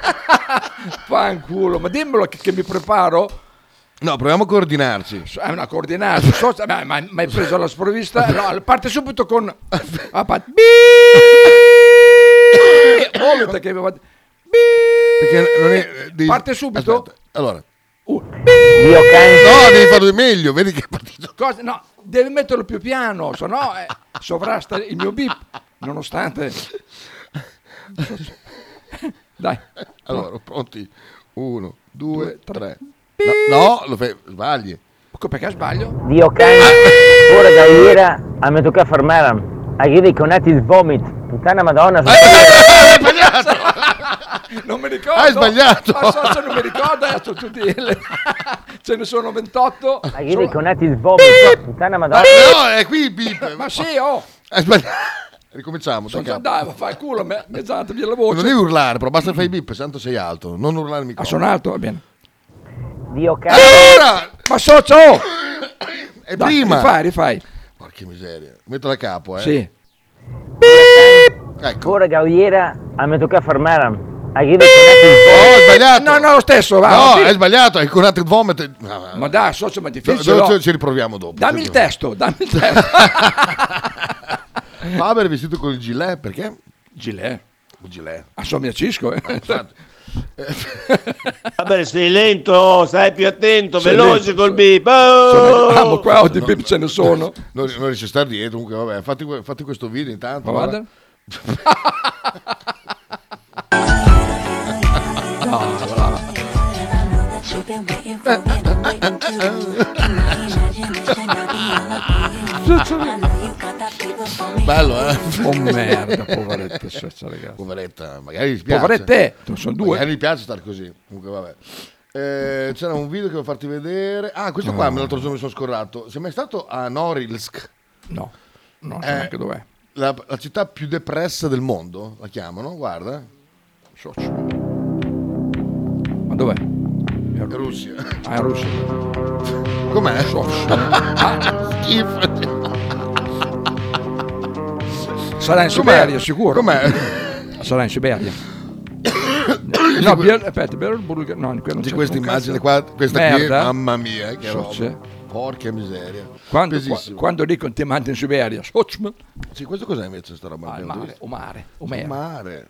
[SPEAKER 7] Fanculo, ma dimmelo che, che mi preparo.
[SPEAKER 9] No, proviamo a coordinarci.
[SPEAKER 7] È una coordinata, so- ma, ma, ma hai preso alla sprovvista? No, parte subito con... Ah, pa- Biiii! Volete che mi va-
[SPEAKER 9] Perché non è, devi-
[SPEAKER 7] Parte subito? Uh.
[SPEAKER 9] Allora.
[SPEAKER 22] Dio can.
[SPEAKER 9] No, devi farlo di meglio, vedi che
[SPEAKER 7] Cosa- no, devi metterlo più piano, se no eh, sovrasta il mio bip, nonostante... Dai.
[SPEAKER 9] Allora, pronti? Uno, due, tre. No, no, lo fai, sbagli.
[SPEAKER 7] Ecco Perché sbaglio?
[SPEAKER 22] Dio can. Ora da iera a me tocca fermare. Hai dei connetti il vomit. Puttana Madonna, sono
[SPEAKER 7] Non mi ricordo.
[SPEAKER 22] Hai sbagliato.
[SPEAKER 7] Ma so se non mi ricordo, adesso tutti le- ce ne sono 28.
[SPEAKER 22] Hai dei connetti il vomit. Puttana Madonna.
[SPEAKER 9] Ah, è qui il bip.
[SPEAKER 7] Ma sì, oh,
[SPEAKER 9] Aspetta, ricominciamo.
[SPEAKER 7] Sono
[SPEAKER 9] dai,
[SPEAKER 7] già
[SPEAKER 9] capo.
[SPEAKER 7] andato, fai il culo, me- mezz'ata via la voce.
[SPEAKER 9] Non devi urlare, però basta che fai i bip, tanto sei alto. Non urlare mica.
[SPEAKER 7] Ha suonato, Ah, va bene.
[SPEAKER 22] Dio cazzo.
[SPEAKER 9] Allora!
[SPEAKER 7] Ma socio!
[SPEAKER 9] E
[SPEAKER 7] Dai,
[SPEAKER 9] prima!
[SPEAKER 7] rifai, rifai.
[SPEAKER 9] Porca miseria. Metto da capo, eh.
[SPEAKER 7] Sì.
[SPEAKER 9] Ecco.
[SPEAKER 22] Ora Gaudiera, a Ah, me tocca fermare. A chi
[SPEAKER 9] No,
[SPEAKER 22] deve
[SPEAKER 9] hai sbagliato. No, no,
[SPEAKER 7] lo stesso, va,
[SPEAKER 9] No,
[SPEAKER 7] sì.
[SPEAKER 9] hai sbagliato, hai curato il vomito.
[SPEAKER 7] Ma dai, socio, ma
[SPEAKER 9] Do-
[SPEAKER 7] difficile. oh.
[SPEAKER 9] do- ci riproviamo dopo.
[SPEAKER 7] Dammi il testo, dammi il testo.
[SPEAKER 9] Faber è vestito con il gilet, perché?
[SPEAKER 7] Gilet.
[SPEAKER 9] Un gilet.
[SPEAKER 7] Assomiglia a Cisco, eh.
[SPEAKER 13] Vabbè, sei lento, stai più attento,
[SPEAKER 7] Sei
[SPEAKER 13] veloce
[SPEAKER 7] lento,
[SPEAKER 13] col bip.
[SPEAKER 7] Sono- Ah, ma
[SPEAKER 13] Oh!
[SPEAKER 7] qua di bip ce ne sono.
[SPEAKER 9] Non, non riesci a stare dietro, comunque vabbè, fatti, que- fatti questo video intanto.
[SPEAKER 7] Ma guarda. No, brava.
[SPEAKER 9] Bello, eh?
[SPEAKER 7] Oh merda, poveretta, socio, ragazzi.
[SPEAKER 9] Poveretta, magari gli piace.
[SPEAKER 7] Poverette, sono due.
[SPEAKER 9] Magari gli piace stare così. Comunque vabbè. Eh, c'era un video che devo farti vedere. Ah, questo qua
[SPEAKER 7] Ah.
[SPEAKER 9] me l'altro giorno mi sono scordato. Sei mai stato a Norilsk?
[SPEAKER 7] No, no,
[SPEAKER 9] Eh,
[SPEAKER 7] neanche dov'è.
[SPEAKER 9] La, la città più depressa del mondo, la chiamano, guarda.
[SPEAKER 7] Socio. Ma dov'è?
[SPEAKER 9] Russia.
[SPEAKER 7] Ah, è Russia.
[SPEAKER 9] Com'è?
[SPEAKER 7] Sarà
[SPEAKER 9] Com'è?
[SPEAKER 7] in Siberia, sicuro.
[SPEAKER 9] Com'è?
[SPEAKER 7] Sarà in Siberia. No, Biel- aspetta, Bielorburg, no, qui non
[SPEAKER 9] Di
[SPEAKER 7] c'è
[SPEAKER 9] questa
[SPEAKER 7] un cazzo.
[SPEAKER 9] immagine qua, questa qui,
[SPEAKER 7] Merda.
[SPEAKER 9] mamma mia, che
[SPEAKER 7] Socio.
[SPEAKER 9] roba. Porca miseria.
[SPEAKER 7] Quando, qua-
[SPEAKER 9] Pesissimo.
[SPEAKER 7] quando dicono ti mandi in Siberia, socio.
[SPEAKER 9] Sì, questo cos'è invece sta roba?
[SPEAKER 7] Ah, il
[SPEAKER 9] Abbiamo
[SPEAKER 7] mare,
[SPEAKER 9] visto?
[SPEAKER 7] o mare, o
[SPEAKER 9] Il
[SPEAKER 7] mare.
[SPEAKER 9] mare.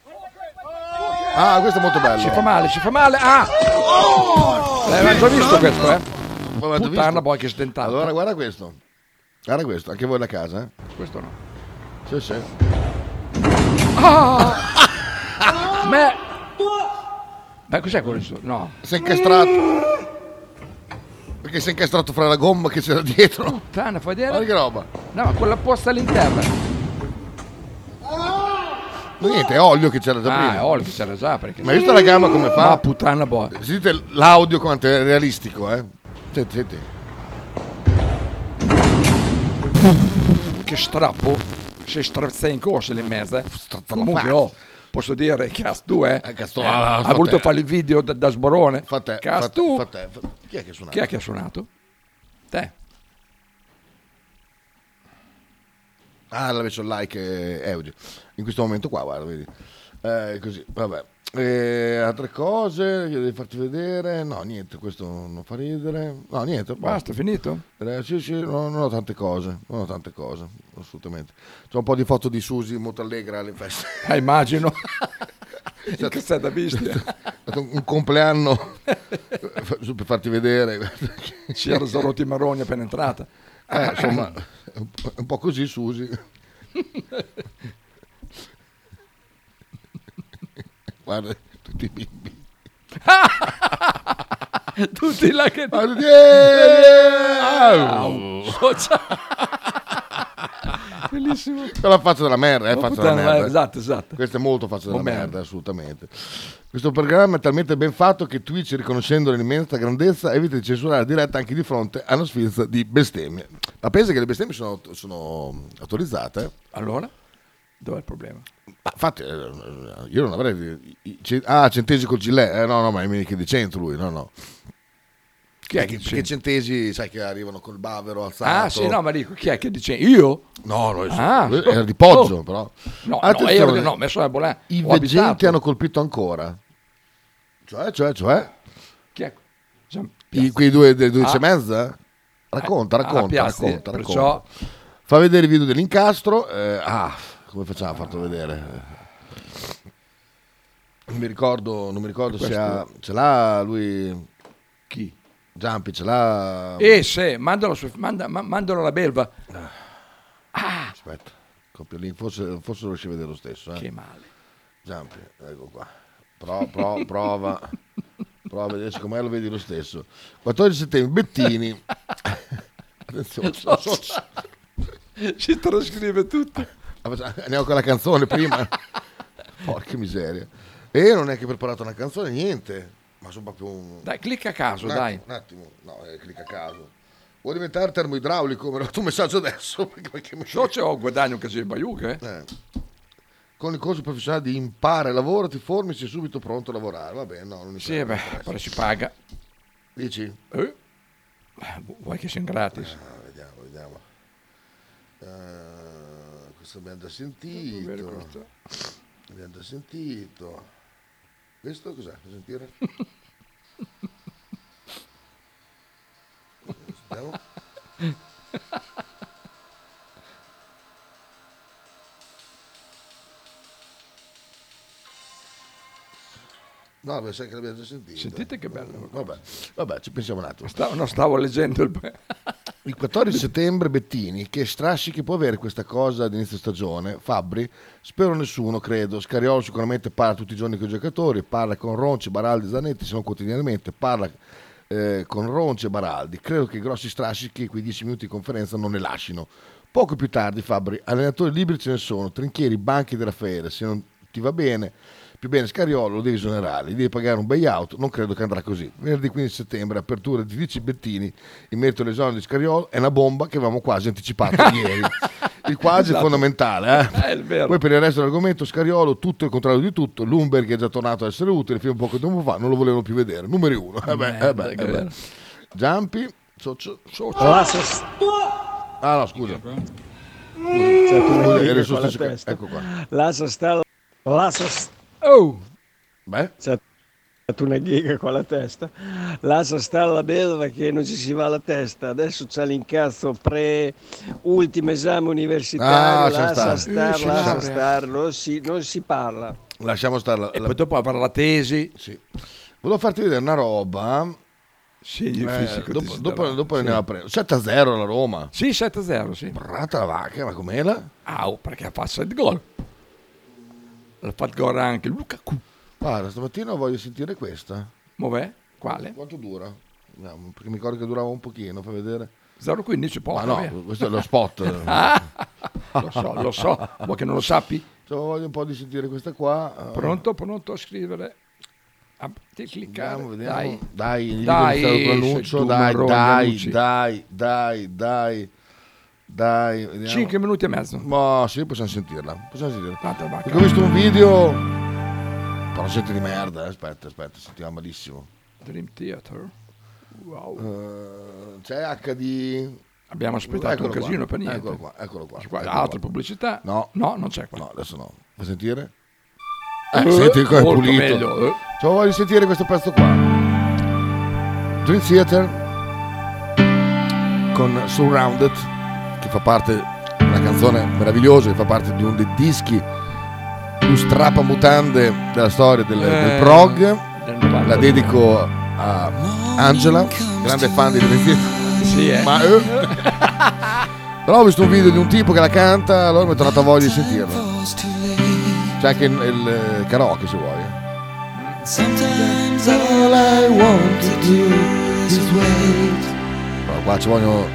[SPEAKER 9] Ah, questo è molto bello. Oh!
[SPEAKER 7] Ci fa male, ci fa male. Ah! L'avevamo già visto questo, eh?
[SPEAKER 9] L'avevate
[SPEAKER 7] Puttana,
[SPEAKER 9] visto?
[SPEAKER 7] poi che stentata.
[SPEAKER 9] Allora, guarda questo. Guarda questo, anche voi da casa, eh?
[SPEAKER 7] Questo no.
[SPEAKER 9] Sì, sì.
[SPEAKER 7] Ma... Ma cos'è quello? su- No.
[SPEAKER 9] Si è incastrato. Perché si è incastrato fra la gomma che c'era dietro.
[SPEAKER 7] Puttana, Oh, fai vedere.
[SPEAKER 9] Guarda che roba.
[SPEAKER 7] No, ma quella posta all'interno.
[SPEAKER 9] Ma niente, è olio che c'era già
[SPEAKER 7] Ah,
[SPEAKER 9] prima.
[SPEAKER 7] è olio che c'era già perché...
[SPEAKER 9] Ma hai visto la gamma come fa?
[SPEAKER 7] Ma puttana boh. boia.
[SPEAKER 9] Sentite l'audio quanto è realistico, eh? Senti, senti.
[SPEAKER 7] Che strappo. Se strazzai in corsa lì in mezzo. eh. Comunque, oh, posso dire, cast tu, eh.
[SPEAKER 9] Cazzo,
[SPEAKER 7] Eh,
[SPEAKER 9] ah,
[SPEAKER 7] ha
[SPEAKER 9] fa
[SPEAKER 7] voluto
[SPEAKER 9] te.
[SPEAKER 7] fare il video da, da sborone.
[SPEAKER 9] Fa te,
[SPEAKER 7] Cast
[SPEAKER 9] fa te,
[SPEAKER 7] tu.
[SPEAKER 9] fa te, fa- Chi è che ha suonato?
[SPEAKER 7] Chi è che ha suonato? Te.
[SPEAKER 9] Ah, l'ha messo il like eh, Eudio. In questo momento qua, guarda, vedi. Eh, così, vabbè. Eh, altre cose che devi farti vedere? No, niente, questo non fa ridere. No, niente.
[SPEAKER 7] Basta, finito?
[SPEAKER 9] Eh, sì, sì, no, non ho tante cose, non ho tante cose, assolutamente. C'è un po' di foto di Susi molto allegra alle feste.
[SPEAKER 7] Ah, immagino. Incazzata bestia.
[SPEAKER 9] È stato un compleanno su per farti vedere.
[SPEAKER 7] Si era rotti i maroni appena entrata.
[SPEAKER 9] Eh, insomma, è un po- è un po' così Susi. Guarda, tutti i bimbi.
[SPEAKER 7] Tutti là che... Eh,
[SPEAKER 9] Ah, tutti- eh,
[SPEAKER 7] Au.
[SPEAKER 9] au.
[SPEAKER 7] eh. Bellissimo.
[SPEAKER 9] Quella faccia della merda, eh,
[SPEAKER 7] Oh,
[SPEAKER 9] faccia
[SPEAKER 7] puttana,
[SPEAKER 9] della merda.
[SPEAKER 7] esatto, esatto.
[SPEAKER 9] Questo è molto faccia della
[SPEAKER 7] Oh, merda.
[SPEAKER 9] merda, assolutamente. Questo programma è talmente ben fatto che Twitch, riconoscendo l'immensa grandezza, evita di censurare la diretta anche di fronte a una sfilza di bestemmie. Ma pensa che le bestemmie sono, sono autorizzate?
[SPEAKER 7] Allora? Dov'è il problema?
[SPEAKER 9] Ma infatti, eh, io non avrei. i- i- Ah, centesi col gilet. Eh, no, no, ma è mica di cento lui, no, no.
[SPEAKER 7] Chi è che
[SPEAKER 9] perché,
[SPEAKER 7] dice?
[SPEAKER 9] perché centesi, sai che arrivano col bavero alzato.
[SPEAKER 7] Ah, sì, no, ma dico, chi è che dice? Io?
[SPEAKER 9] No, no, io
[SPEAKER 7] Ah.
[SPEAKER 9] sono- era di Poggio,
[SPEAKER 7] Oh.
[SPEAKER 9] però.
[SPEAKER 7] No, no,
[SPEAKER 9] Attenzione.
[SPEAKER 7] ero di- no, messo la bolla.
[SPEAKER 9] I
[SPEAKER 7] ho abitato.
[SPEAKER 9] veggenti hanno colpito ancora. Cioè, cioè, cioè.
[SPEAKER 7] Chi è? Gian-
[SPEAKER 9] I, quei due delle 12
[SPEAKER 7] Ah.
[SPEAKER 9] e mezza? Racconta,
[SPEAKER 7] Ah,
[SPEAKER 9] racconta,
[SPEAKER 7] Piazzi,
[SPEAKER 9] racconta, racconta.
[SPEAKER 7] perciò-
[SPEAKER 9] Fa vedere il video dell'incastro. eh, ah, come facciamo a farlo vedere? Non mi ricordo, non mi ricordo se
[SPEAKER 7] Questo-
[SPEAKER 9] ha, ce l'ha lui.
[SPEAKER 7] Chi?
[SPEAKER 9] Giampi, ce l'ha.
[SPEAKER 7] Eh, se, mandalo, su- manda- ma- mandalo alla belva.
[SPEAKER 9] Ah.
[SPEAKER 7] Ah!
[SPEAKER 9] Aspetta, copio lì, forse, forse riesci a vedere lo stesso. Eh.
[SPEAKER 7] Che male.
[SPEAKER 9] Giampi, ecco qua. Pro- pro- prova, prova a vedere, secondo me lo vedi lo stesso. 14 settembre, Bettini. Attenzione, so- so- so-
[SPEAKER 7] Ci trascrive tutto.
[SPEAKER 9] Ah, ma- andiamo con la canzone prima. Porca miseria. E io non è che ho preparato una canzone, niente. Ma sono proprio un...
[SPEAKER 7] Dai, clicca a caso,
[SPEAKER 9] un att-
[SPEAKER 7] dai.
[SPEAKER 9] Un attimo, no, eh, clicca a caso. Vuoi diventare termoidraulico? Mi ha dato un messaggio adesso. Perché, perché mi...
[SPEAKER 7] Socio guadagna un casino di baiuca, eh?
[SPEAKER 9] Con il corso professionale di impara, lavora, ti formi, sei subito pronto a lavorare. Va bene, no, non mi
[SPEAKER 7] Sì, beh, però si paga.
[SPEAKER 9] Dici?
[SPEAKER 7] Eh? Ah, boh, Vuoi che sia gratis?
[SPEAKER 9] Ah, vediamo, vediamo. Eh, questo abbiamo già sentito.
[SPEAKER 7] Vero questo.
[SPEAKER 9] Abbiamo già sentito. Questo cos'è? Fai sentire? Sentiamo. No, beh, sai che l'abbiamo già sentito.
[SPEAKER 7] Sentite che bello.
[SPEAKER 9] Vabbè, vabbè, ci pensiamo un attimo.
[SPEAKER 7] Stavo, no, stavo leggendo il...
[SPEAKER 9] Il 14 settembre Bettini, che strascichi può avere questa cosa ad inizio stagione, Fabbri, spero nessuno, credo, Scariolo sicuramente parla tutti i giorni con i giocatori, parla con Ronci, Baraldi, Zanetti, se non quotidianamente, parla eh, con Ronci e Baraldi, credo che i grossi strascichi, quei 10 minuti di conferenza, non ne lasciano. Poco più tardi Fabbri, allenatori liberi ce ne sono, Trinchieri, Banchi di Raffaele, se non ti va bene, più bene Scariolo lo devi esonerare, gli devi pagare un buyout, non credo che andrà così. Venerdì 15 settembre, apertura di 10 bettini in merito all'esonero di Scariolo, è una bomba che avevamo quasi anticipato ieri. Il quasi è
[SPEAKER 7] Esatto.
[SPEAKER 9] fondamentale. eh.
[SPEAKER 7] Eh, è vero.
[SPEAKER 9] Poi per il resto dell'argomento Scariolo, tutto il contrario di tutto, Lumberg è già tornato a essere utile, fino a poco tempo fa non lo volevano più vedere. Numero uno. Eh beh, eh beh, eh beh. Giampi, socio, socio.
[SPEAKER 13] Ah, sos-
[SPEAKER 9] Ah no, scusa.
[SPEAKER 13] C'è tu
[SPEAKER 9] Scusa,
[SPEAKER 13] Rodriguez
[SPEAKER 9] era il
[SPEAKER 13] Certo, con la
[SPEAKER 9] socio-
[SPEAKER 13] testa.
[SPEAKER 9] Ecco qua.
[SPEAKER 13] La sostella. La sost-
[SPEAKER 9] Beh.
[SPEAKER 13] C'è c'è tu Oh! Certo, una ghiga con la testa. La sostella belva che non ci si va alla testa. Adesso c'è l'incazzo pre ultimo esame
[SPEAKER 9] Ah,
[SPEAKER 13] universitario.
[SPEAKER 9] c'è
[SPEAKER 13] la
[SPEAKER 9] sta.
[SPEAKER 13] sostar,
[SPEAKER 9] Eh,
[SPEAKER 13] la
[SPEAKER 9] c'è sta.
[SPEAKER 13] sostar, non si, non si parla.
[SPEAKER 9] Lasciamo stare la,
[SPEAKER 7] E poi dopo avrà la tesi.
[SPEAKER 9] Sì. Volevo farti vedere una roba. Eh,
[SPEAKER 7] Sì, il fisico ti
[SPEAKER 9] dopo,
[SPEAKER 7] si
[SPEAKER 9] dopo,
[SPEAKER 7] darà.
[SPEAKER 9] dopo
[SPEAKER 7] Sì.
[SPEAKER 9] ne va a prendere. 7-0 la Roma.
[SPEAKER 7] Sì, 7-0, sì.
[SPEAKER 9] Brata la vacca, ma com'era?
[SPEAKER 7] Au, perché ha fatto il gol. L'ha fatto gol anche Luca Cu.
[SPEAKER 9] Guarda, stamattina voglio sentire questa.
[SPEAKER 7] Mov'è? Quale?
[SPEAKER 9] Quanto dura? Vediamo, perché mi ricordo che durava un pochino, fai vedere.
[SPEAKER 7] 0-15,
[SPEAKER 9] Ma
[SPEAKER 7] poco.
[SPEAKER 9] no,
[SPEAKER 7] via.
[SPEAKER 9] questo è lo spot.
[SPEAKER 7] Ah, lo so, lo so. Vuoi che non lo sappi?
[SPEAKER 9] Cioè, voglio un po' di sentire questa qua. eh.
[SPEAKER 7] Pronto, pronto a scrivere. A te cliccare.
[SPEAKER 9] Vediamo,
[SPEAKER 7] Dai.
[SPEAKER 9] vediamo. Dai, dai,
[SPEAKER 7] Dai,
[SPEAKER 9] dai,
[SPEAKER 7] sei
[SPEAKER 9] annuncio,
[SPEAKER 7] tu,
[SPEAKER 9] dai,
[SPEAKER 7] Marroni,
[SPEAKER 9] dai,
[SPEAKER 7] Annucci.
[SPEAKER 9] dai, dai, dai, dai. vediamo.
[SPEAKER 7] Cinque minuti e mezzo.
[SPEAKER 9] Ma sì, possiamo sentirla. Possiamo sentirla.
[SPEAKER 7] Tanto va,
[SPEAKER 9] Perché ho visto un video. Però senti di merda, eh, aspetta, aspetta, sentiamo malissimo.
[SPEAKER 7] Dream Theater. Wow.
[SPEAKER 9] Eh, c'è HD.
[SPEAKER 7] Abbiamo aspettato
[SPEAKER 9] Eccolo
[SPEAKER 7] un
[SPEAKER 9] qua,
[SPEAKER 7] casino per niente.
[SPEAKER 9] Eccolo qua, eccolo qua.
[SPEAKER 7] C'è qua
[SPEAKER 9] eccolo
[SPEAKER 7] altra
[SPEAKER 9] qua.
[SPEAKER 7] pubblicità?
[SPEAKER 9] eh, No.
[SPEAKER 7] No, non c'è qua.
[SPEAKER 9] No, adesso no. Vuoi sentire?
[SPEAKER 7] Eh,
[SPEAKER 9] Eh, senti come è
[SPEAKER 7] molto
[SPEAKER 9] pulito.
[SPEAKER 7] meglio, eh.
[SPEAKER 9] Cioè, voglio sentire questo pezzo qua. Dream Theater con Surrounded, che fa parte di una canzone meravigliosa, che fa parte di uno dei dischi più strapamutande della storia del, del
[SPEAKER 7] Eh,
[SPEAKER 9] prog.
[SPEAKER 7] del 90.
[SPEAKER 9] La dedico a Angela, grande fan di Dream Theater.
[SPEAKER 7] Sì, eh.
[SPEAKER 9] Ma eh. Però ho visto un video di un tipo che la canta, allora mi è tornata voglia di sentirla. C'è anche il, il, eh, karaoke se vuoi.
[SPEAKER 4] Sometimes all I want to do is wait.
[SPEAKER 9] Però qua ci vogliono.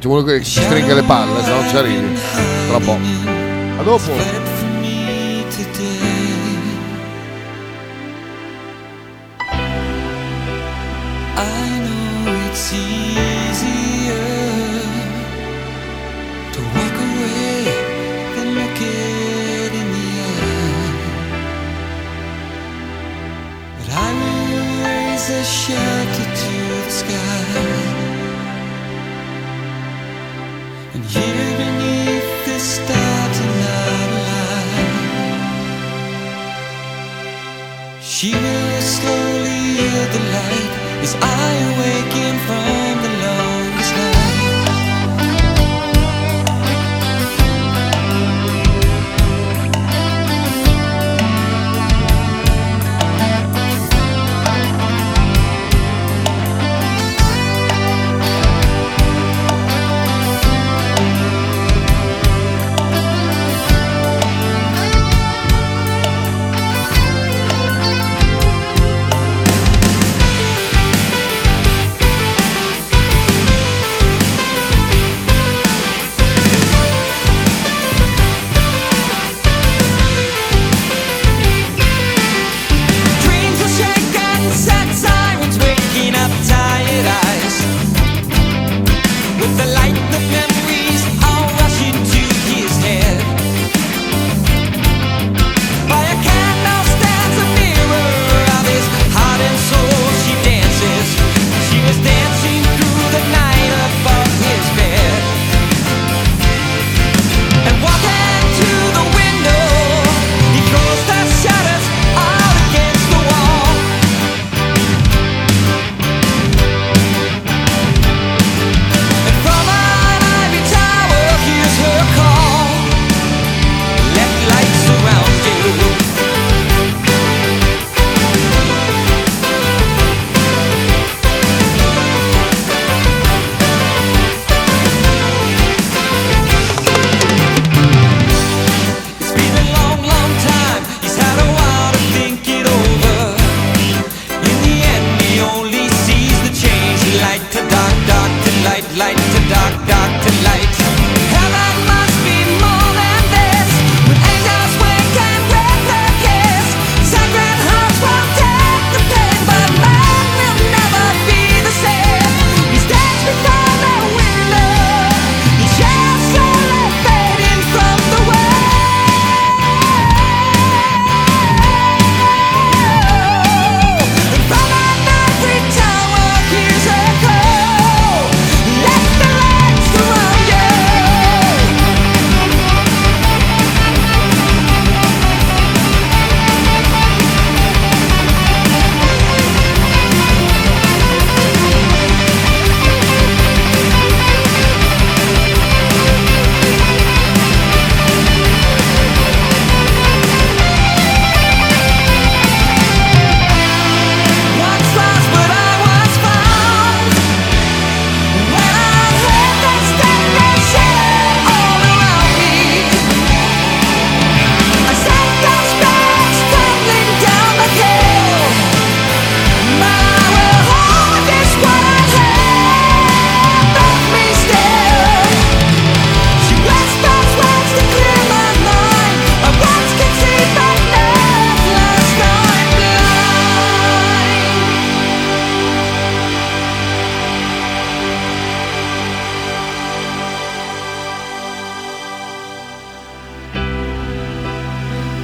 [SPEAKER 9] Ci vuole che ci stringa le palle, se non ci arrivi. Tra un po'. A dopo!
[SPEAKER 4] I know it's easier to walk away than look it in the eye. But I will raise a shelter to the sky. And here beneath the stars another light She will slowly yield the light As I awaken from the longest night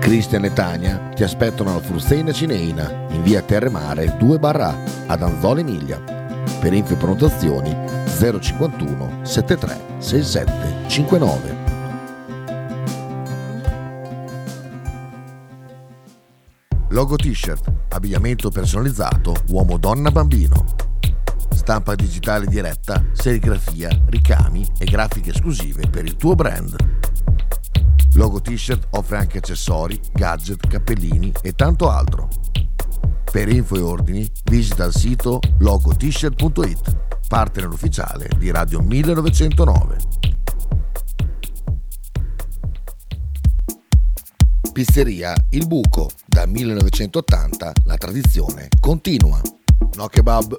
[SPEAKER 9] Cristian e Tania ti aspettano alla Fruzeina Cineina in via Terremare 2 barra ad Anzola Emilia. Per info e prenotazioni 051 73 67 59. Logo t-shirt, abbigliamento personalizzato uomo donna bambino. Stampa digitale diretta, serigrafia, ricami e grafiche esclusive per il tuo brand. Logo t-shirt offre anche accessori, gadget, cappellini e tanto altro. Per info e ordini visita il sito logotshirt.it, partner ufficiale di Radio 1909. Pizzeria Il Buco, da 1980 la tradizione continua. No kebab.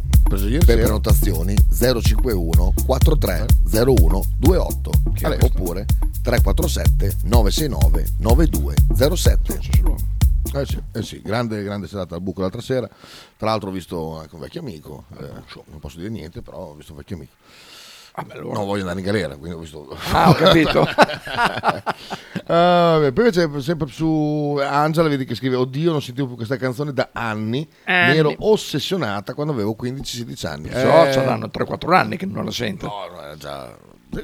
[SPEAKER 9] per
[SPEAKER 23] sera.
[SPEAKER 9] prenotazioni 051 4301 28 oppure 347 969 9207. Eh sì, eh sì, grande, grande serata al buco l'altra sera. Tra l'altro ho visto anche un vecchio amico, eh, non posso dire niente, però ho visto un vecchio amico.
[SPEAKER 23] allora.
[SPEAKER 9] Non voglio andare in galera, quindi ho visto...
[SPEAKER 23] Ah, ho capito.
[SPEAKER 9] Ah, vabbè, poi c'è sempre su Angela, vedi che scrive, oddio non sentivo più questa canzone da anni,
[SPEAKER 7] Anni.
[SPEAKER 9] ne ero ossessionata quando avevo 15-16 anni. Eh.
[SPEAKER 7] So, saranno 3-4 anni che non la sento.
[SPEAKER 9] No, no, eh, era già...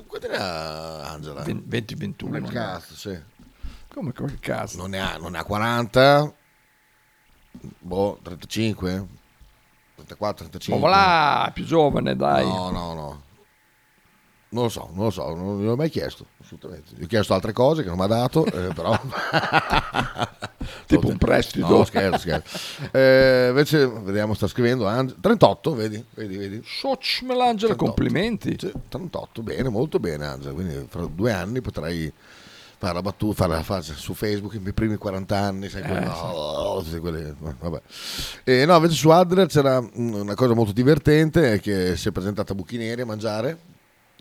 [SPEAKER 9] Quanti ne ha Angela? eh.
[SPEAKER 7] 20-21.
[SPEAKER 9] Come cazzo, sì.
[SPEAKER 7] Come, come cazzo?
[SPEAKER 9] Non ne ha, non ne ha 40, boh, 35, 34, 35.
[SPEAKER 7] Ma voilà, più giovane, dai.
[SPEAKER 9] No, no, no. Non lo so, non lo so, non gliel'ho mai chiesto, assolutamente. Gli ho chiesto altre cose che non mi ha dato, eh, però... tipo un
[SPEAKER 7] prestito.
[SPEAKER 9] No, scherzo, scherzo. Eh, invece, vediamo, sta scrivendo Ange- 38, vedi, vedi, vedi.
[SPEAKER 7] Soch Melangela, complimenti.
[SPEAKER 9] 38, bene, molto bene Angela, quindi fra due anni potrai fare la battuta, fare la fase su Facebook i miei primi 40 anni, sai, quelle-
[SPEAKER 23] Eh, sì.
[SPEAKER 9] oh, tutte quelle- vabbè. Eh, no, invece su Adler c'era mh, una cosa molto divertente, è che si è presentata a Buchineri a mangiare.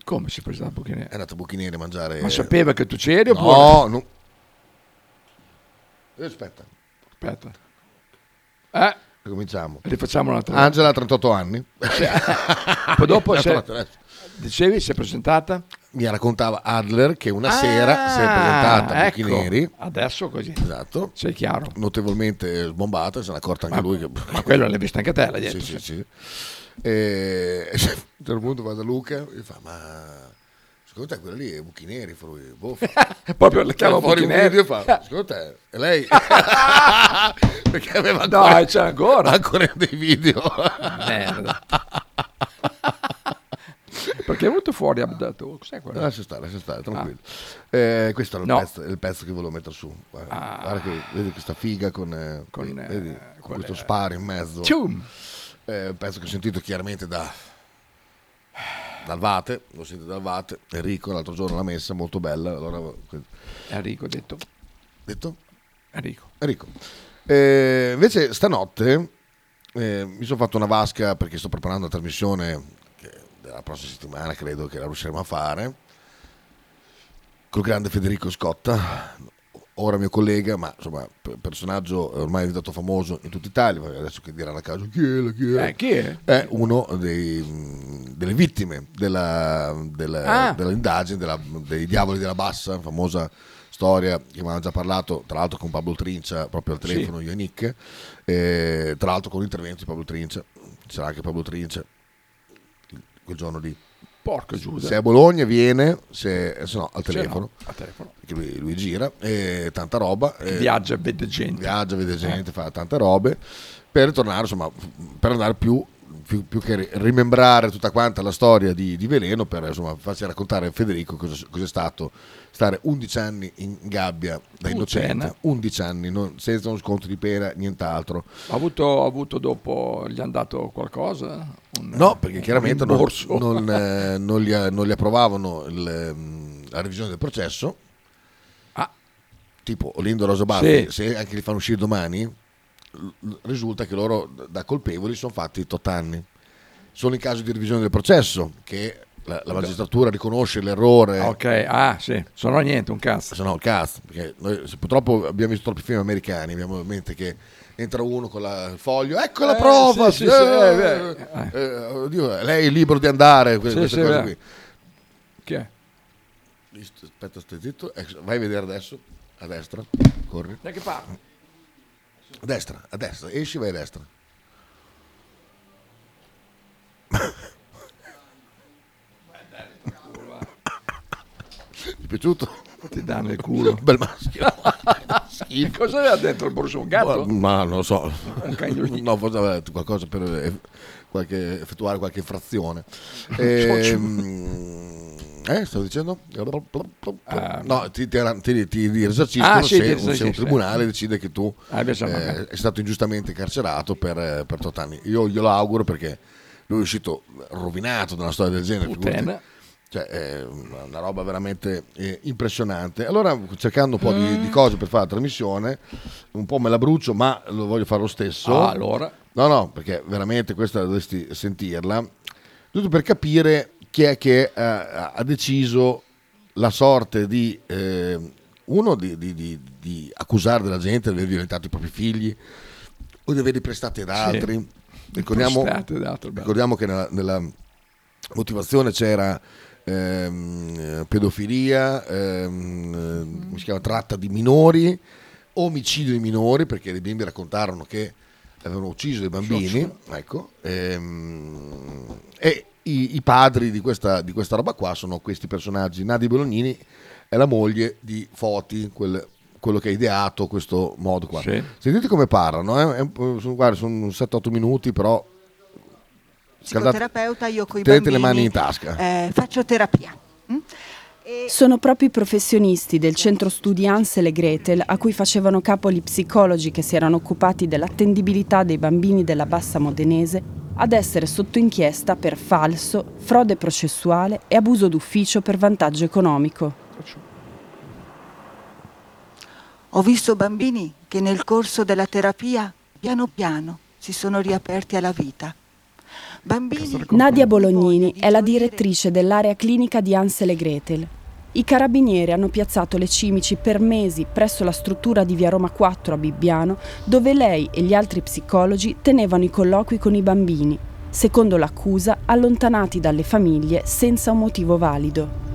[SPEAKER 7] Come si è presentata a Buchineri?
[SPEAKER 9] È andata a Buchineri a mangiare...
[SPEAKER 7] Ma sapeva che tu c'eri
[SPEAKER 9] No,
[SPEAKER 7] oppure?
[SPEAKER 9] no. Eh, Aspetta.
[SPEAKER 7] Aspetta. Eh?
[SPEAKER 9] Cominciamo.
[SPEAKER 7] Rifacciamo un'altra volta.
[SPEAKER 9] Angela ha 38 anni.
[SPEAKER 7] Poi dopo
[SPEAKER 9] Una
[SPEAKER 7] se-
[SPEAKER 9] torta.
[SPEAKER 7] dicevi si è presentata?
[SPEAKER 9] Mi raccontava Adler che una
[SPEAKER 7] Ah,
[SPEAKER 9] sera si è presentata a
[SPEAKER 7] ecco.
[SPEAKER 9] Buchineri.
[SPEAKER 7] Adesso così.
[SPEAKER 9] Esatto.
[SPEAKER 7] Sei chiaro.
[SPEAKER 9] Notevolmente sbombato, se n'è accorta anche
[SPEAKER 7] Ma-
[SPEAKER 9] lui. Che...
[SPEAKER 7] ma quello l'hai cioè. vista anche te là dietro,
[SPEAKER 9] Sì, sì, sì. E a un certo punto va da Luca e fa, ma... Secondo te quella lì è Buchineri? Fa lui, boh, fa.
[SPEAKER 7] Proprio la chiama
[SPEAKER 9] Fa fuori un
[SPEAKER 7] Buchineri.
[SPEAKER 9] video e fa, secondo te? E lei... Perché aveva
[SPEAKER 7] No,
[SPEAKER 9] ancora...
[SPEAKER 7] c'è ancora.
[SPEAKER 9] ancora dei video.
[SPEAKER 7] Merda. perché è venuto fuori Abdato. Cos'è quello?
[SPEAKER 9] Lascia stare, lascia stare, tranquillo. Eh, questo era il,
[SPEAKER 7] No.
[SPEAKER 9] pezzo, il pezzo che volevo mettere su. Guarda, guarda che vedi questa figa con, eh, vedi, con questo sparo in mezzo.
[SPEAKER 7] Cium!
[SPEAKER 9] Eh, un pezzo che ho sentito chiaramente da dal Vate, lo sento dal Vate. Enrico l'altro giorno l'ha messa, molto bella. Allora...
[SPEAKER 7] Enrico ha detto.
[SPEAKER 9] Detto?
[SPEAKER 7] Enrico.
[SPEAKER 9] Enrico. Eh, invece stanotte eh, mi sono fatto una vasca perché sto preparando la trasmissione che della prossima settimana, credo che la riusciremo a fare, col grande Federico Scotta, ora mio collega, ma insomma per- personaggio ormai diventato famoso in tutta Italia, poi adesso che diranno a caso chi è, la- chi è?
[SPEAKER 7] Eh, chi è?
[SPEAKER 9] È uno dei, mh, delle vittime della, della-
[SPEAKER 7] Ah.
[SPEAKER 9] dell'indagine della- dei diavoli della bassa, famosa storia che avevamo già parlato, tra l'altro con Pablo Trincia, proprio al
[SPEAKER 7] Sì.
[SPEAKER 9] telefono io e Nick, eh, tra l'altro con l'intervento di Pablo Trincia, c'era anche Pablo Trincia quel giorno lì.
[SPEAKER 7] Porco Giuda.
[SPEAKER 9] Se è a Bologna viene, se, se no al telefono.
[SPEAKER 7] no, al telefono.
[SPEAKER 9] Perché lui, lui gira, e tanta roba. eh,
[SPEAKER 7] viaggia e vede gente. Eh.
[SPEAKER 9] Viaggia, vede gente, fa tante robe. Per tornare, insomma, per andare più, più- più che ri- rimembrare tutta quanta la storia di, di Veleno, per insomma, farci raccontare a Federico cosa, cosa è stato stare 11 anni in gabbia da innocente.
[SPEAKER 7] Puttana.
[SPEAKER 9] 11 anni, non- senza uno sconto di pena, nient'altro.
[SPEAKER 7] Ha avuto, ha avuto dopo, gli hanno dato qualcosa? Un-
[SPEAKER 9] No, perché
[SPEAKER 7] un
[SPEAKER 9] chiaramente non,
[SPEAKER 7] rimborso?
[SPEAKER 9] non, eh, non gli, non gli approvavano il, mm, la revisione del processo.
[SPEAKER 7] Ah.
[SPEAKER 9] Tipo Olindo Rosabardi, se anche li fanno uscire domani, l- l- risulta che loro da colpevoli sono fatti 8 anni. Solo in caso di revisione del processo, che la, la magistratura riconosce l'errore.
[SPEAKER 7] Ok, ah sì, se no niente, un cazzo.
[SPEAKER 9] Se no, il cazzo, perché noi, se- purtroppo abbiamo visto troppi film americani, abbiamo in mente che entra uno con la, il foglio, ecco la
[SPEAKER 7] Eh,
[SPEAKER 9] prova,
[SPEAKER 7] sì, sì,
[SPEAKER 9] eh,
[SPEAKER 7] sì,
[SPEAKER 9] eh,
[SPEAKER 7] eh,
[SPEAKER 9] eh, oddio, lei è libero di andare, que-
[SPEAKER 7] Sì,
[SPEAKER 9] queste
[SPEAKER 7] sì,
[SPEAKER 9] cose
[SPEAKER 7] beh.
[SPEAKER 9] qui.
[SPEAKER 7] Chi è?
[SPEAKER 9] Listo, Aspetta, stai zitto, Ecco, vai a vedere adesso, a destra, corri.
[SPEAKER 7] Da che parte?
[SPEAKER 9] A destra, a destra, esci vai a destra. Ti è piaciuto?
[SPEAKER 7] Ti danno il culo.
[SPEAKER 9] Bel maschio.
[SPEAKER 7] Che cosa aveva dentro il borso? Un gatto?
[SPEAKER 9] Boh, Ma, ma non lo so.
[SPEAKER 7] Un cagnolino.
[SPEAKER 9] No, forse aveva detto qualcosa per eh, qualche- effettuare qualche infrazione.
[SPEAKER 7] Non so,
[SPEAKER 9] Ehm, eh, stavo dicendo?
[SPEAKER 7] Ah.
[SPEAKER 9] no, ti, ti, ti, ti risarciscono
[SPEAKER 7] Ah, sì,
[SPEAKER 9] se,
[SPEAKER 7] ti
[SPEAKER 9] un-
[SPEAKER 7] risarciscono,
[SPEAKER 9] se un
[SPEAKER 7] sì.
[SPEAKER 9] tribunale decide che tu
[SPEAKER 7] Ah, invece no,
[SPEAKER 9] eh,
[SPEAKER 7] vabbè.
[SPEAKER 9] è stato ingiustamente carcerato per, eh, per 8 anni. Io glielo auguro perché lui è uscito rovinato da una storia del genere.
[SPEAKER 7] Puttana.
[SPEAKER 9] figurati. Cioè, è una una roba veramente eh, impressionante. Allora, cercando un po' di, di cose per fare la trasmissione, un po' me la brucio, ma lo voglio fare lo stesso.
[SPEAKER 7] Ah, allora.
[SPEAKER 9] No, no, perché veramente questa dovresti sentirla. Tutto per capire chi è che eh, ha deciso la sorte di eh, uno di, di- di- di accusare della gente di aver violentato i propri figli o di averli prestati ad altri. Ricordiamo,
[SPEAKER 7] Prestate da altro, bello.
[SPEAKER 9] ricordiamo che nella, nella motivazione c'era ehm, eh, pedofilia, ehm, eh, come si chiama, tratta di minori, omicidio di minori, perché i bimbi raccontarono che avevano ucciso dei bambini, ecco, ehm, e i, i padri di questa, di questa roba qua sono questi personaggi, Nadi Bolognini è la moglie di Foti, quel- quello che ha ideato questo modo qua.
[SPEAKER 7] Sì.
[SPEAKER 9] Sentite come parlano, eh, è un po'- sono, guarda, sono 7-8 minuti però...
[SPEAKER 11] Psicoterapeuta, io coi
[SPEAKER 9] Tenete le
[SPEAKER 11] bambini,
[SPEAKER 9] mani in tasca.
[SPEAKER 11] eh, faccio terapia. mm?
[SPEAKER 17] Sono proprio i professionisti del centro studi Ansel e Gretel a cui facevano capo gli psicologi che si erano occupati dell'attendibilità dei bambini della bassa modenese ad essere sotto inchiesta per falso, frode processuale e abuso d'ufficio per vantaggio economico.
[SPEAKER 11] Ho visto bambini che nel corso della terapia, piano piano, si sono riaperti alla vita. Bambini
[SPEAKER 17] Nadia Bolognini è la direttrice dell'area clinica di Ansel e Gretel. I carabinieri hanno piazzato le cimici per mesi presso la struttura di Via Roma 4 a Bibbiano, dove lei e gli altri psicologi tenevano i colloqui con i bambini, secondo l'accusa allontanati dalle famiglie senza un motivo valido.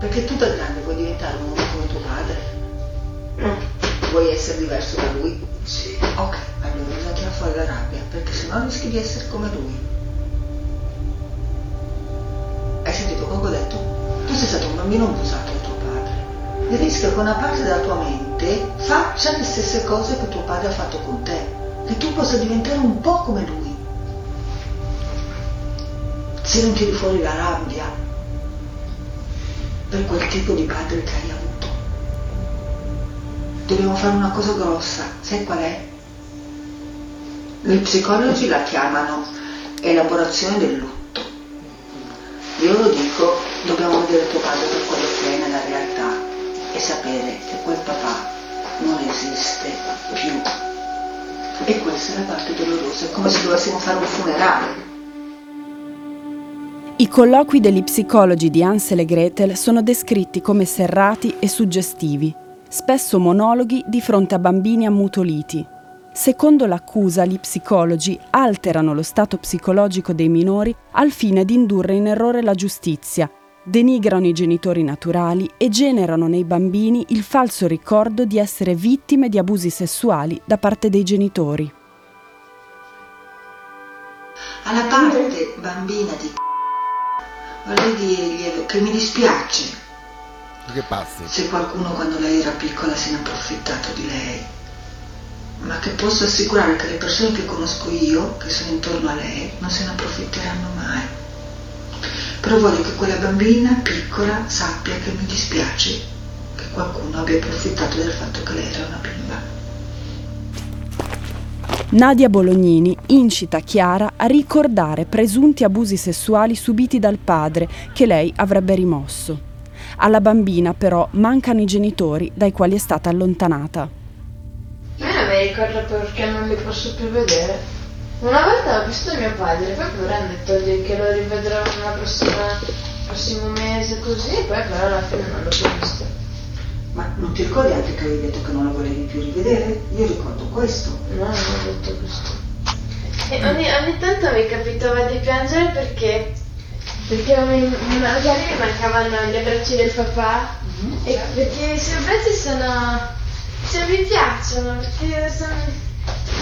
[SPEAKER 24] Perché tu da grande vuoi diventare un uomo come tuo padre? Vuoi essere diverso da lui? Sì. Ok, allora bisogna tirare fuori la rabbia, perché sennò rischi di essere come lui. Hai sentito quello che ho detto? Tu sei stato un bambino abusato da tuo padre. Il rischio è che una parte della tua mente faccia le stesse cose che tuo padre ha fatto con te, che tu possa diventare un po' come lui. se non tiri fuori la rabbia per quel tipo di padre che hai avuto. Dobbiamo fare una cosa grossa, sai qual è? I psicologi la chiamano elaborazione del lutto. Io lo dico, dobbiamo vedere tuo padre per quello che è nella realtà e sapere che quel papà non esiste più. E questa è la parte dolorosa, è come se dovessimo fare un funerale.
[SPEAKER 17] I colloqui degli psicologi di Ansel e Gretel sono descritti come serrati e suggestivi, spesso monologhi di fronte a bambini ammutoliti. Secondo l'accusa, gli psicologi alterano lo stato psicologico dei minori al fine di indurre in errore la giustizia, denigrano i genitori naturali e generano nei bambini il falso ricordo di essere vittime di abusi sessuali da parte dei genitori.
[SPEAKER 24] alla parte bambina di vorrei dirgli che mi dispiace
[SPEAKER 9] Che pazzi.
[SPEAKER 24] se qualcuno quando lei era piccola se ne è approfittato di lei, ma che posso assicurare che le persone che conosco io, che sono intorno a lei, non se ne approfitteranno mai. Però voglio che quella bambina piccola sappia che mi dispiace che qualcuno abbia approfittato del fatto che lei era una bimba.
[SPEAKER 17] Nadia Bolognini incita Chiara a ricordare presunti abusi sessuali subiti dal padre che lei avrebbe rimosso. Alla bambina però mancano i genitori dai quali è stata allontanata.
[SPEAKER 25] Io non mi ricordo perché non li posso più vedere. Una volta ho visto mio padre, poi però hanno detto lì che lo rivedrò nella prossima, prossimo mese così, e poi però alla fine non l'ho più visto.
[SPEAKER 24] Ma non ti ricordi anche che avevi detto che non la volevi più rivedere? Io ricordo questo.
[SPEAKER 25] No, non ho detto questo. E ogni, ogni tanto mi capitava di piangere perché, perché mi, mi- magari mi mancavano gli abbracci del papà, e perché i suoi abbracci sono... cioè mi piacciono, perché sono...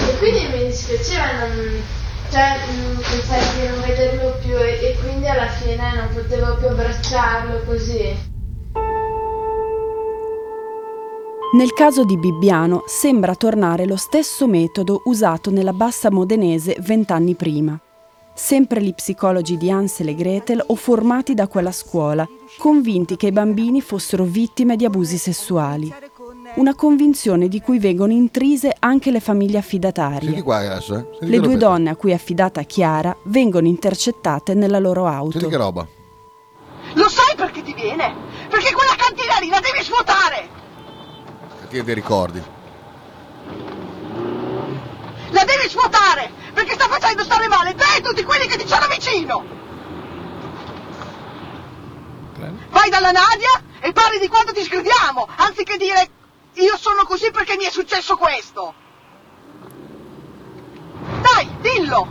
[SPEAKER 25] E quindi mi dispiaceva non, cioè, mm, pensare di non vederlo più e, e quindi alla fine non potevo più abbracciarlo così.
[SPEAKER 17] Nel caso di Bibbiano sembra tornare lo stesso metodo usato nella bassa modenese vent'anni prima. Sempre gli psicologi di Ansel e Gretel o formati da quella scuola, convinti che i bambini fossero vittime di abusi sessuali. Una convinzione di cui vengono intrise anche le famiglie
[SPEAKER 9] Senti
[SPEAKER 17] affidatarie.
[SPEAKER 9] qua adesso, eh. Senti
[SPEAKER 17] Le
[SPEAKER 9] che
[SPEAKER 17] due
[SPEAKER 9] roba-
[SPEAKER 17] donne a cui è affidata Chiara vengono intercettate nella loro auto.
[SPEAKER 9] Senti che roba.
[SPEAKER 16] Lo sai perché ti viene? Perché quella cantina lì la devi svuotare!
[SPEAKER 9] Cattiva dei ricordi.
[SPEAKER 16] La devi svuotare! Perché sta facendo stare male te e tutti quelli che ti sono vicino! Vai dalla Nadia e parli di quanto ti sgridiamo, anziché dire io sono così perché mi è successo questo! Dai, dillo!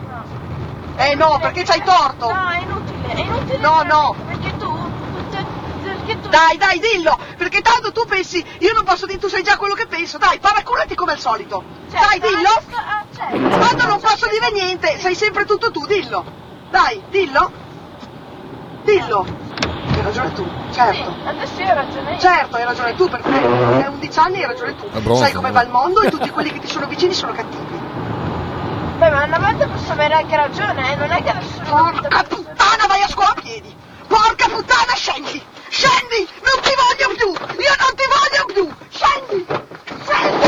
[SPEAKER 16] Eh no, perché c'hai torto! No, è inutile, è inutile! No, no! Perché tu... Dai, dai, dillo! Perché tanto tu pensi, io non posso dire, tu sai già quello che penso, dai, paraculati come al solito! dai, dillo! Tanto non posso dire niente, sei sempre tutto tu, dillo. Dai, dillo. Dillo. Hai ragione tu, certo. adesso hai ragione io. Certo, hai ragione tu, perché hai 11 anni hai ragione tu.
[SPEAKER 25] È bronzo,
[SPEAKER 16] Sai come
[SPEAKER 25] eh.
[SPEAKER 16] va il mondo e tutti quelli che ti sono vicini sono cattivi.
[SPEAKER 25] Beh, ma una volta posso avere anche ragione, eh, non è che adesso...
[SPEAKER 16] Porca puttana, vai a scuola a piedi. Porca puttana, scendi. Scendi, non ti voglio più. Io non ti voglio più. Scendi.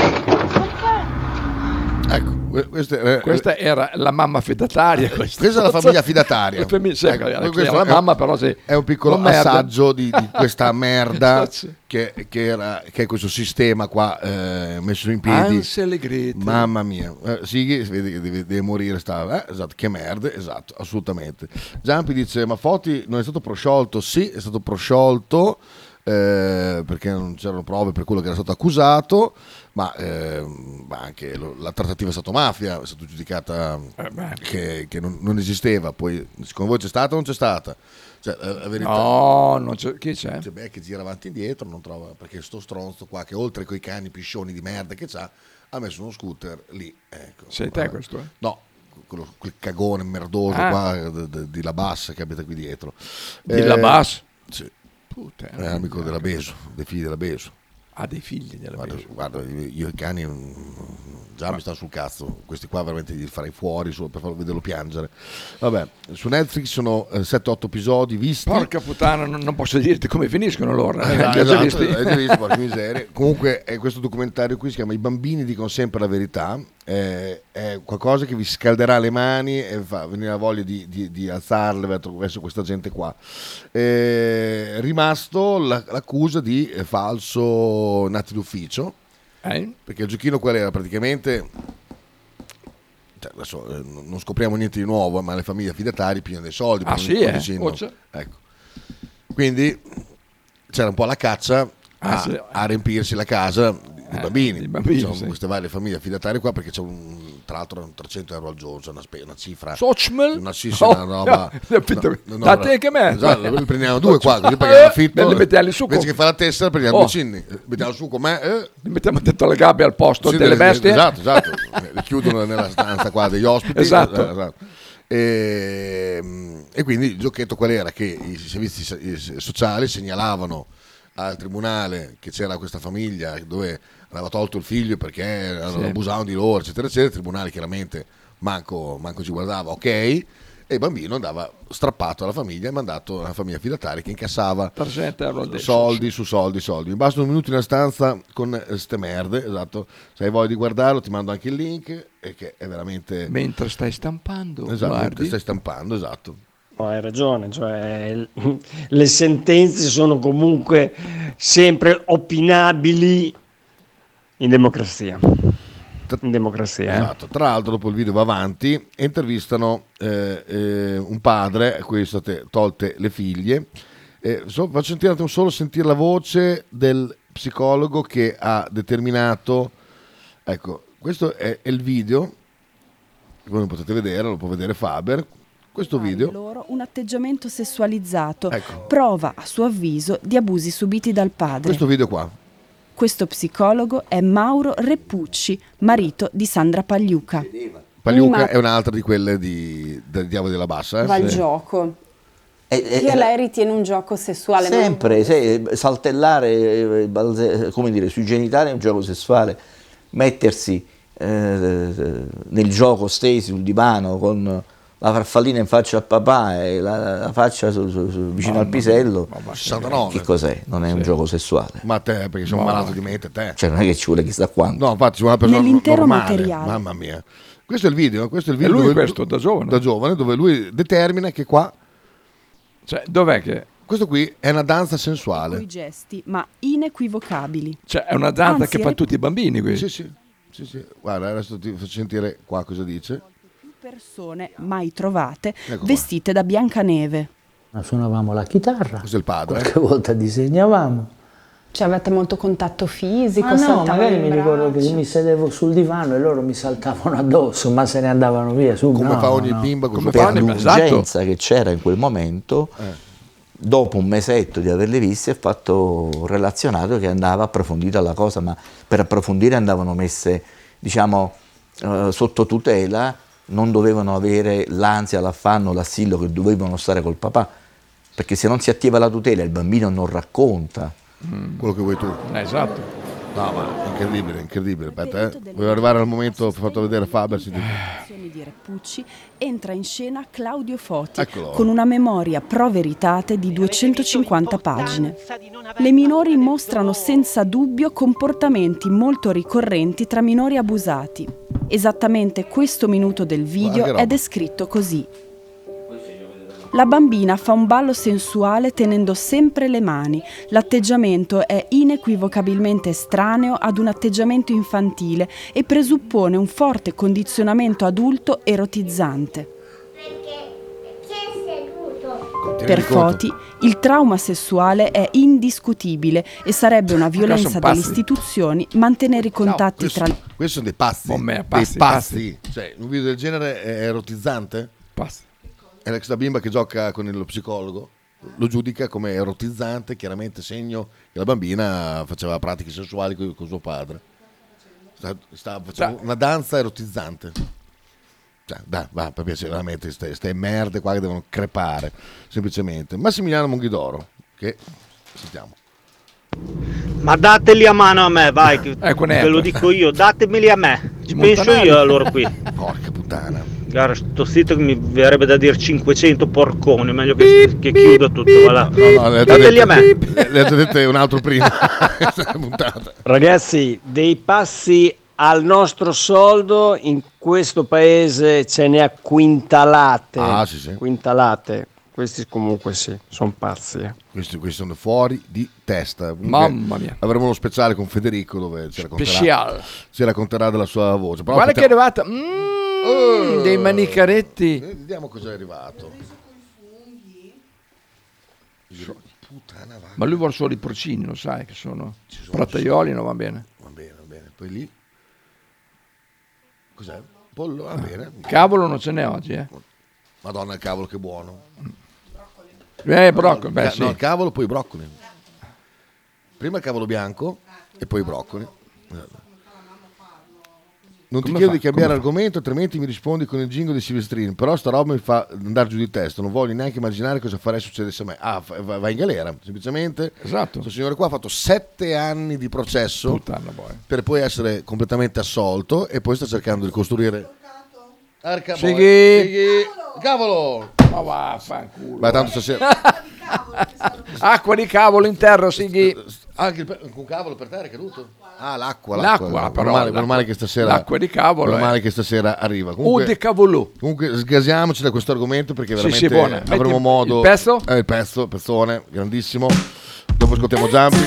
[SPEAKER 9] Ecco, que- questo è-
[SPEAKER 7] Questa era la mamma affidataria. Questa,
[SPEAKER 9] eh, Questa è la famiglia affidataria.
[SPEAKER 7] La famiglia- sì,
[SPEAKER 9] Ecco,
[SPEAKER 7] quella-
[SPEAKER 9] questo
[SPEAKER 7] la
[SPEAKER 9] è-
[SPEAKER 7] mamma però sì,
[SPEAKER 9] È un piccolo
[SPEAKER 7] una merda.
[SPEAKER 9] assaggio di, di questa merda
[SPEAKER 7] Sì.
[SPEAKER 9] che, che era, che è questo sistema qua eh, messo in piedi.
[SPEAKER 7] Ansel e Gretel.
[SPEAKER 9] Mamma mia, eh, Sighi vede che deve, deve morire, sta, eh, esatto, che merda, esatto, assolutamente. Giampi dice, ma Foti non è stato prosciolto? Sì, è stato prosciolto eh, perché non c'erano prove per quello che era stato accusato, ma, ehm, ma anche lo- la trattativa è stata mafia, è stata giudicata
[SPEAKER 7] Eh,
[SPEAKER 9] che, che non, non esisteva, poi secondo voi c'è stata o non c'è stata? Cioè, la- la verità-
[SPEAKER 7] No, non c'è- chi c'è?
[SPEAKER 9] C'è Beh che gira avanti e indietro, non trova perché sto stronzo qua che oltre coi cani piscioni di merda che c'ha ha messo uno scooter lì. Ecco.
[SPEAKER 7] Sei te questo, eh?
[SPEAKER 9] No, quello, quel cagone merdoso
[SPEAKER 7] Ah.
[SPEAKER 9] qua d- d- di La Bassa che abita qui dietro. Eh,
[SPEAKER 7] Di La Bassa?
[SPEAKER 9] Sì. Eh,
[SPEAKER 7] Puttana.
[SPEAKER 9] È amico della Beso, dei figli della Beso.
[SPEAKER 7] ha dei figli nella
[SPEAKER 9] guarda, guarda, io i cani mm, già mi stanno sul cazzo. Questi qua veramente li farei fuori solo per farlo vederlo piangere. Vabbè, su Netflix sono eh, 7-8 episodi visti.
[SPEAKER 7] Porca puttana, non, non posso dirti come finiscono loro.
[SPEAKER 9] Eh,
[SPEAKER 7] Li ho già
[SPEAKER 9] esatto,
[SPEAKER 7] visti.
[SPEAKER 9] eh, già visti, porca miseria. Comunque, eh, questo documentario qui si chiama I bambini dicono sempre la verità. eh, è qualcosa che vi scalderà le mani e fa venire la voglia di, di- di alzarle verso, verso questa gente qua. Eh, È rimasto la- l'accusa di eh, falso nati d'ufficio.
[SPEAKER 7] Eh?
[SPEAKER 9] Perché il giochino qual era? Praticamente cioè, adesso eh, non non scopriamo niente di nuovo, ma le famiglie affidatarie pigliano dei soldi.
[SPEAKER 7] Ah,
[SPEAKER 9] poi-
[SPEAKER 7] sì,
[SPEAKER 9] poi
[SPEAKER 7] eh?
[SPEAKER 9] dicendo-
[SPEAKER 7] Oh, c'è.
[SPEAKER 9] Ecco. Quindi c'era un po' la caccia
[SPEAKER 7] Ah,
[SPEAKER 9] a,
[SPEAKER 7] sì. Eh,
[SPEAKER 9] a riempirsi la casa di bambini.
[SPEAKER 7] bambini,
[SPEAKER 9] Diciamo,
[SPEAKER 7] sì.
[SPEAKER 9] Queste varie famiglie affidatarie qua perché c'è un, tra l'altro erano 300 euro al giorno, cioè una, spe- una cifra...
[SPEAKER 7] Socmel?
[SPEAKER 9] Una, sì, sì, una
[SPEAKER 7] Oh,
[SPEAKER 9] roba...
[SPEAKER 7] no, capito? Da te che me.
[SPEAKER 9] Esatto, ne prendiamo due qua, così
[SPEAKER 7] Eh,
[SPEAKER 9] paghiamo l'affitto.
[SPEAKER 7] li mettiamo su con-
[SPEAKER 9] Invece che fare la tessera prendiamo
[SPEAKER 7] Oh.
[SPEAKER 9] due cinni. Mettiamo su con me... eh.
[SPEAKER 7] Li mettiamo dentro le gabbie al posto
[SPEAKER 9] Sì,
[SPEAKER 7] delle
[SPEAKER 9] delle-
[SPEAKER 7] bestie. Eh,
[SPEAKER 9] Esatto, esatto. Le chiudono nella stanza qua degli ospiti.
[SPEAKER 7] Esatto.
[SPEAKER 9] Eh, E, e quindi il giochetto qual era? Che i servizi so- i s- sociali segnalavano al tribunale che c'era questa famiglia dove aveva tolto il figlio perché erano-
[SPEAKER 7] Sì.
[SPEAKER 9] abusavano di loro, eccetera, eccetera. Il tribunale chiaramente manco, manco ci guardava, ok. E il bambino andava strappato alla famiglia e mandato alla famiglia fidataria che incassava
[SPEAKER 7] 300 euro al giorno.
[SPEAKER 9] soldi su soldi soldi mi bastano un minuto in una stanza con eh, ste merde esatto se hai voglia di guardarlo ti mando anche il link e che è veramente
[SPEAKER 7] Mentre stai stampando,
[SPEAKER 9] esatto
[SPEAKER 7] guardi.
[SPEAKER 9] mentre stai stampando esatto
[SPEAKER 13] No, hai ragione, cioè, l- le sentenze sono comunque sempre opinabili in democrazia. In democrazia. eh.
[SPEAKER 9] Esatto. Tra l'altro, dopo il video va avanti, e intervistano eh, eh, un padre a cui sono state tolte le figlie. Eh, so- faccio sentire un attimo solo sentire la voce del psicologo che ha determinato. Ecco, questo è, è il video. che Voi non potete vedere, lo può vedere Faber. Questo video.
[SPEAKER 17] loro un atteggiamento sessualizzato, prova a suo avviso di abusi subiti dal padre.
[SPEAKER 9] Ecco. Questo video qua.
[SPEAKER 17] Questo psicologo è Mauro Reppucci, marito di Sandra Pagliuca.
[SPEAKER 9] Pagliuca
[SPEAKER 26] Ma-
[SPEAKER 9] è un'altra di quelle di, del Diavolo della Bassa. eh?
[SPEAKER 26] va il
[SPEAKER 9] Sì.
[SPEAKER 26] gioco.
[SPEAKER 2] eh,
[SPEAKER 26] Io lei ritiene un gioco sessuale. ma non-
[SPEAKER 2] Sempre, sai, saltellare eh, balze- come dire, sui genitali è un gioco sessuale, mettersi eh, nel gioco stesi sul divano con la farfallina in faccia a papà e la, la faccia su- su- su- vicino al pisello, che cos'è? Non è un gioco sessuale.
[SPEAKER 9] Ma te, perché sono
[SPEAKER 2] Ma-
[SPEAKER 9] malato di mente, te.
[SPEAKER 2] Cioè non è che ci vuole chissà quanto.
[SPEAKER 9] Eh. No, infatti, sono una persona
[SPEAKER 2] Nell'intero
[SPEAKER 9] normale.
[SPEAKER 2] materiale.
[SPEAKER 9] Mamma mia. Questo è il video, questo è il
[SPEAKER 2] E
[SPEAKER 9] video.
[SPEAKER 2] lui
[SPEAKER 7] questo, da giovane?
[SPEAKER 9] da giovane, dove lui determina che qua...
[SPEAKER 7] Cioè, dov'è che...
[SPEAKER 9] Questo qui è una danza
[SPEAKER 17] Coi
[SPEAKER 9] sensuale.
[SPEAKER 17] gesti, ma inequivocabili.
[SPEAKER 7] Cioè, è una
[SPEAKER 17] Anzi,
[SPEAKER 7] danza che fanno
[SPEAKER 17] Reppucci
[SPEAKER 7] tutti i bambini qui.
[SPEAKER 9] Sì, sì. Sì, sì. Guarda, adesso ti faccio sentire qua cosa dice.
[SPEAKER 17] persone mai trovate
[SPEAKER 9] Ecco qua.
[SPEAKER 17] vestite da Biancaneve.
[SPEAKER 19] Ma Suonavamo la chitarra.
[SPEAKER 9] Questo è il padre.
[SPEAKER 19] Qualche volta disegnavamo.
[SPEAKER 26] Cioè avete molto contatto
[SPEAKER 17] Ah,
[SPEAKER 26] fisico,
[SPEAKER 19] Ma no,
[SPEAKER 26] saltavano
[SPEAKER 19] magari
[SPEAKER 26] in
[SPEAKER 19] mi
[SPEAKER 26] braccio.
[SPEAKER 19] ricordo che mi sedevo sul divano e loro mi saltavano addosso, ma se ne andavano via subito.
[SPEAKER 2] Come
[SPEAKER 19] No,
[SPEAKER 2] fa ogni
[SPEAKER 19] no.
[SPEAKER 2] bimba esatto. con Come suo fa padre. Eh. ogni- L'urgenza che c'era in quel momento, dopo un mesetto di averle viste, è fatto un relazionato che andava approfondita la cosa, ma per approfondire andavano messe, diciamo, eh, sotto tutela, non dovevano avere l'ansia, l'affanno, l'assillo che dovevano stare col papà, perché se non si attiva la tutela il bambino non racconta.
[SPEAKER 9] Quello che vuoi tu.
[SPEAKER 7] Mm. esatto.
[SPEAKER 9] No, ma incredibile, incredibile. Aspetta, eh. Volevo arrivare al momento, ho fatto vedere Faber. senti.
[SPEAKER 17] azioni di Reppucci entra in scena Claudio Foti
[SPEAKER 9] Eccolo.
[SPEAKER 17] con una memoria pro veritate di 250 pagine. Le minori mostrano senza dubbio comportamenti molto ricorrenti tra minori abusati. Esattamente questo minuto del
[SPEAKER 26] Guarda che
[SPEAKER 17] video
[SPEAKER 26] roba.
[SPEAKER 17] è descritto così. La bambina fa un ballo sensuale tenendo sempre le mani. L'atteggiamento è inequivocabilmente estraneo ad un atteggiamento infantile e presuppone un forte condizionamento adulto erotizzante. Per Foti il trauma sessuale è indiscutibile e sarebbe una violenza
[SPEAKER 9] sono pazzi.
[SPEAKER 17] delle istituzioni mantenere i contatti
[SPEAKER 9] Questo-
[SPEAKER 17] tra
[SPEAKER 9] Questi sono dei pazzi.
[SPEAKER 7] Boh, me,
[SPEAKER 9] dei
[SPEAKER 7] pazzi,
[SPEAKER 9] pazzi. Cioè, un video del genere è erotizzante? È la questa bimba che gioca con lo psicologo. Lo giudica come erotizzante, chiaramente segno che la bambina faceva pratiche sessuali con, con suo padre. Sta, sta facendo una danza erotizzante. Cioè, dai, va, per piacere, veramente, queste merde qua che devono crepare, semplicemente. Massimiliano Monghidoro, che sentiamo.
[SPEAKER 3] Ma dateli a mano a me, vai, che
[SPEAKER 7] Ecco,
[SPEAKER 3] ve
[SPEAKER 7] Neb.
[SPEAKER 3] lo dico io, datemeli a me. Ci penso
[SPEAKER 7] Montanelli.
[SPEAKER 3] io a loro qui. Porca puttana. Guarda, sto sito che mi verrebbe da dire 500 porconi, meglio che, che chiudo tutto, va là.
[SPEAKER 9] le ha già
[SPEAKER 3] Dateli a me.
[SPEAKER 9] dette- le ha già dette un altro prima. Questa puntata.
[SPEAKER 13] Ragazzi, dei passi al nostro soldo in questo paese ce ne ha quintalate.
[SPEAKER 9] Ah, sì, sì.
[SPEAKER 13] Quintalate. Questi comunque sì, sono pazzi. eh.
[SPEAKER 9] Questi, questi sono fuori di testa. Comunque
[SPEAKER 13] Mamma mia.
[SPEAKER 9] Avremo uno speciale con Federico dove ci racconterà,
[SPEAKER 7] Speciale.
[SPEAKER 9] ci racconterà della sua voce. Però
[SPEAKER 7] Guarda che è
[SPEAKER 9] aspetta-
[SPEAKER 7] arrivata. Mm,
[SPEAKER 9] Eh.
[SPEAKER 7] dei manicaretti.
[SPEAKER 9] Vediamo cosa è arrivato. Giro- Puttana va.
[SPEAKER 7] Ma lui vuole solo i porcini, lo sai che sono. Prataioli non va bene.
[SPEAKER 9] Va bene, va bene. Poi lì. Cos'è? Pollo, va bene.
[SPEAKER 7] Cavolo non ce n'è oggi, eh.
[SPEAKER 9] Madonna, il cavolo che buono.
[SPEAKER 7] Eh, broccoli,
[SPEAKER 9] No,
[SPEAKER 7] beh,
[SPEAKER 9] ca-
[SPEAKER 7] sì.
[SPEAKER 9] no, il cavolo, poi i broccoli. Prima il cavolo bianco e poi i broccoli. Eh. Non ti
[SPEAKER 7] Come
[SPEAKER 9] chiedo
[SPEAKER 7] fa?
[SPEAKER 9] di cambiare
[SPEAKER 7] Come fa?
[SPEAKER 9] argomento, altrimenti mi rispondi con il jingle di Silvestrini. Però sta roba mi fa andare giù di testa, non voglio neanche immaginare cosa farei se succedesse a me. Ah, fa- va va in galera, semplicemente.
[SPEAKER 7] Esatto.
[SPEAKER 9] Questo signore qua ha fatto sette anni di processo
[SPEAKER 7] Puttana, boia.
[SPEAKER 9] per poi essere completamente assolto e poi sta cercando di costruire... Arca boia.
[SPEAKER 7] Sighi.
[SPEAKER 9] Cavolo!
[SPEAKER 7] Ma vaffanculo.
[SPEAKER 9] Ma tanto stasera-
[SPEAKER 7] Acqua di cavolo in terra, Sighi.
[SPEAKER 9] Anche il- un cavolo per terra è caduto? Ah, l'acqua,
[SPEAKER 7] L'acqua,
[SPEAKER 9] l'acqua.
[SPEAKER 7] però,
[SPEAKER 9] Meno male-
[SPEAKER 7] l'acqua.
[SPEAKER 9] meno male che stasera...
[SPEAKER 7] L'acqua di cavolo,
[SPEAKER 9] meno male
[SPEAKER 7] eh.
[SPEAKER 9] che stasera arriva.
[SPEAKER 7] O de cavolo.
[SPEAKER 9] Comunque sgasiamoci da questo argomento perché
[SPEAKER 7] Sì,
[SPEAKER 9] veramente
[SPEAKER 7] sì, buona. Metti
[SPEAKER 9] avremo
[SPEAKER 7] il-
[SPEAKER 9] modo...
[SPEAKER 7] il pezzo?
[SPEAKER 9] Eh, il pezzo, pezzone, grandissimo. Dopo ascoltiamo Giampi.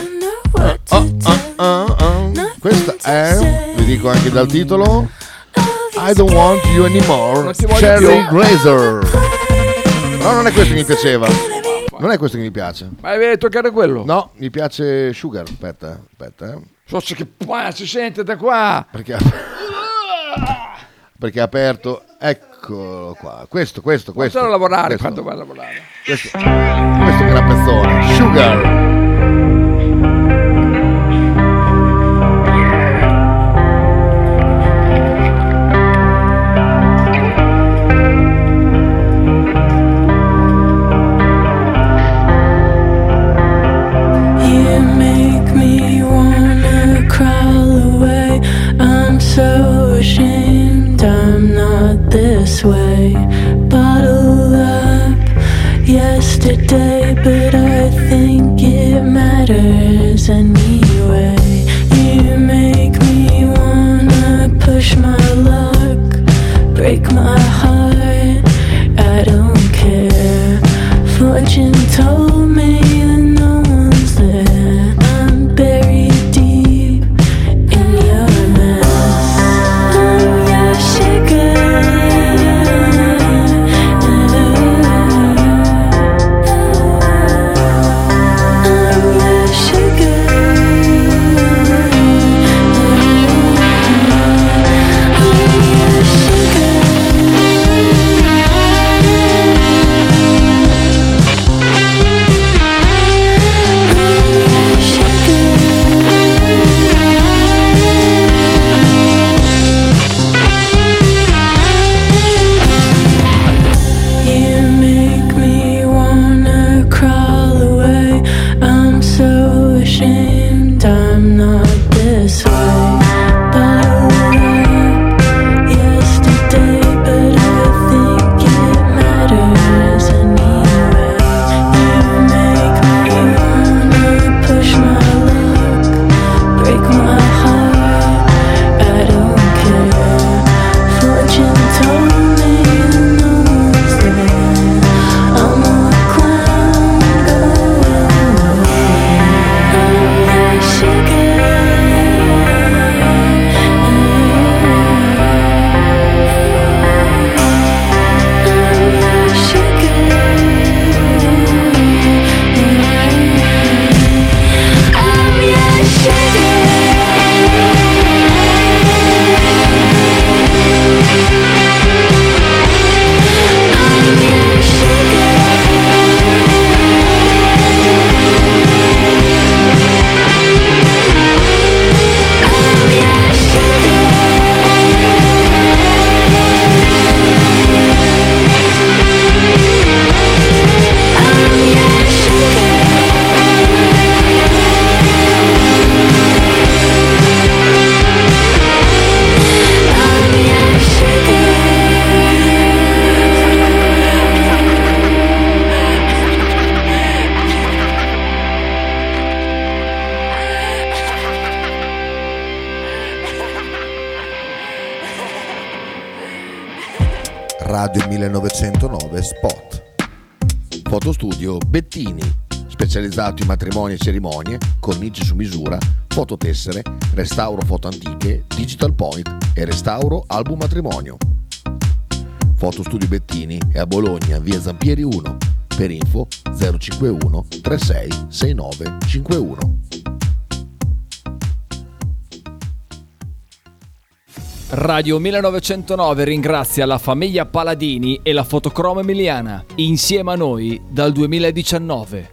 [SPEAKER 9] Oh, oh, oh, oh. Questa è, vi dico anche dal titolo, I don't want you anymore,
[SPEAKER 7] Non ti voglio
[SPEAKER 9] Cherry
[SPEAKER 7] più.
[SPEAKER 9] Grazer. No, non è questo che mi piaceva. Non è questo che mi piace.
[SPEAKER 7] Ma hai toccato quello?
[SPEAKER 9] No, mi piace Sugar. Aspetta, aspetta. eh.
[SPEAKER 7] So se che qua si sente da qua.
[SPEAKER 9] Perché, perché ha aperto. Eccolo qua. Questo, questo, questo.
[SPEAKER 7] Faccialo lavorare
[SPEAKER 9] questo.
[SPEAKER 7] quando vai a lavorare.
[SPEAKER 9] Questo, questo gran pezzone. Sugar.
[SPEAKER 4] You make me wanna crawl away. I'm so ashamed I'm not this way. Bottle up yesterday, but I think it
[SPEAKER 9] Radio 1909 Spot. Fotostudio Bettini, specializzato in matrimoni e cerimonie, cornici su misura, fototessere, restauro foto antiche, digital point e restauro album matrimonio. Fotostudio Bettini è a Bologna, via Zampieri 1. Per info 051 36 69 51.
[SPEAKER 27] Radio 1909 ringrazia la famiglia Paladini e la fotocromo emiliana, insieme a noi dal 2019.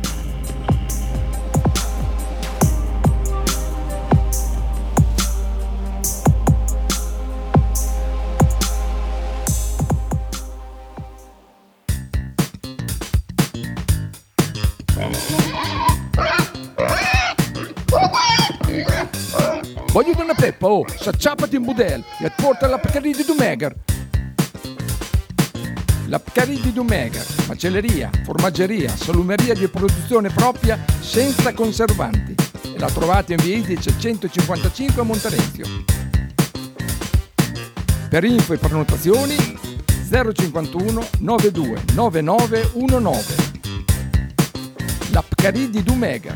[SPEAKER 7] Voglio una peppa, oh, s'acciappati in budel e porta la Pcaridi di Dumegar. La Pcaridi di Dumegar, macelleria, formaggeria, salumeria di produzione propria senza conservanti. E la trovate in via Idice 155 a Monterezio. Per info e prenotazioni 051 92 9919. La Pcaridi di Dumegar.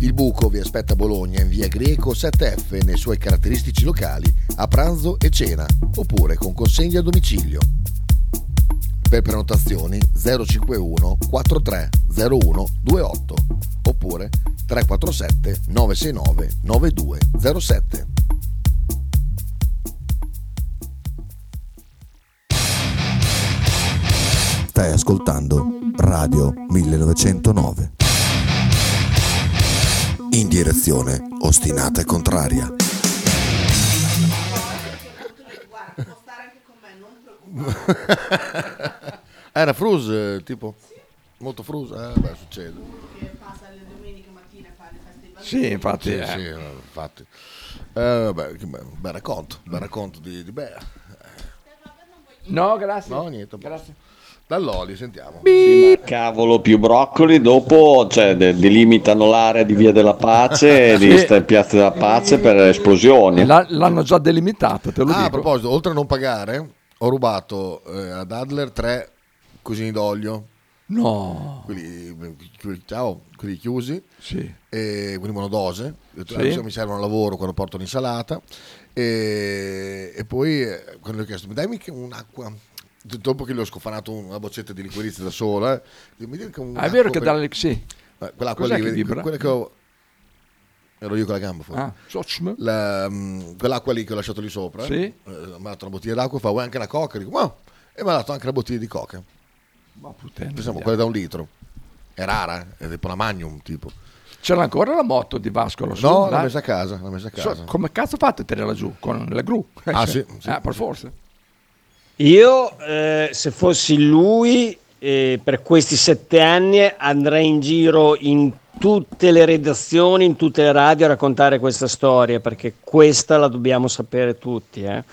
[SPEAKER 9] Il buco vi aspetta a Bologna in via Greco 7F nei suoi caratteristici locali a pranzo e cena oppure con consegna a domicilio. Per prenotazioni 051 4301 28 oppure 347 969 9207.
[SPEAKER 1] Stai ascoltando Radio 1909. In direzione ostinata e contraria.
[SPEAKER 9] Era fruse tipo? Molto fruse? Eh, beh, succede.
[SPEAKER 7] Sì, infatti,
[SPEAKER 9] Sì,
[SPEAKER 7] eh.
[SPEAKER 9] sì, eh, infatti. Eh, vabbè, che be- bel racconto, bel racconto di, di Bea.
[SPEAKER 7] No, grazie.
[SPEAKER 9] No, niente. Grazie. Dall'oli, sentiamo.
[SPEAKER 28] Cavolo, più broccoli, dopo cioè, de- delimitano l'area di Via della Pace e di
[SPEAKER 7] Sì.
[SPEAKER 28] sta- Piazza della Pace per esplosioni.
[SPEAKER 7] La- l'hanno già delimitato, te lo
[SPEAKER 9] Ah, a
[SPEAKER 7] dico.
[SPEAKER 9] proposito, oltre a non pagare, ho rubato eh, ad Adler tre cosini d'olio.
[SPEAKER 7] No.
[SPEAKER 9] Quelli, quelli- ciao, quelli chiusi.
[SPEAKER 7] Sì.
[SPEAKER 9] E quelli monodose. Ho detto,
[SPEAKER 7] Sì.
[SPEAKER 9] "Ah, adesso mi servono al lavoro quando porto l'insalata. E, e poi eh, quando gli ho chiesto, mi dai mica un'acqua? D- Dopo che gli ho scofanato una boccetta di liquirizia da sola, eh, dico, mi dai anche
[SPEAKER 7] Ah,
[SPEAKER 9] un'acqua
[SPEAKER 7] è vero che
[SPEAKER 9] per-"
[SPEAKER 7] dalle sì.
[SPEAKER 9] Eh, quella,
[SPEAKER 7] Cos'è
[SPEAKER 9] quella,
[SPEAKER 7] che
[SPEAKER 9] lì,
[SPEAKER 7] vibra?
[SPEAKER 9] quella che ho ero io con la gamba fuori.
[SPEAKER 7] Ah,
[SPEAKER 9] La, mm, quell'acqua lì che ho lasciato lì sopra,
[SPEAKER 7] Sì.
[SPEAKER 9] eh, mi ha dato una bottiglia d'acqua e fa, vuoi anche una coca? Dico, "Wow." E mi ha dato anche una bottiglia di coca.
[SPEAKER 7] Ma puttana.
[SPEAKER 9] Pensiamo, quella da un litro. È rara, eh, è tipo una magnum tipo.
[SPEAKER 7] C'era ancora la moto di Vasco lassù?
[SPEAKER 9] No,
[SPEAKER 7] là?
[SPEAKER 9] l'ha messa a casa, l'ha messa a
[SPEAKER 7] So-
[SPEAKER 9] casa.
[SPEAKER 7] come cazzo fate a tirarla giù? Con la gru?
[SPEAKER 9] Ah, sì, sì,
[SPEAKER 7] Ah, per
[SPEAKER 9] sì.
[SPEAKER 7] forza.
[SPEAKER 13] Io, eh, se fossi lui, eh, per questi sette anni andrei in giro in tutte le redazioni, in tutte le radio a raccontare questa storia, perché questa la dobbiamo sapere tutti. eh.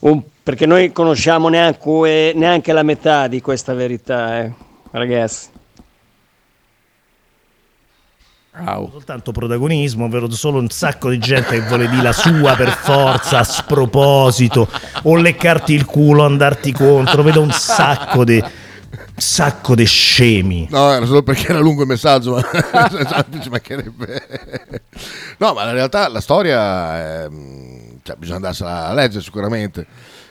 [SPEAKER 13] Un- perché noi conosciamo neanche, neanche la metà di questa verità, eh, ragazzi.
[SPEAKER 21] Soltanto protagonismo, vedo solo un sacco di gente che vuole dire la sua per forza, a sproposito, o leccarti il culo, andarti contro, vedo un sacco di Sacco di scemi.
[SPEAKER 9] No, era solo perché era lungo il messaggio, ma esatto, ci mancherebbe. No, ma in realtà la storia, ehm, cioè, bisogna andarsela a leggere sicuramente.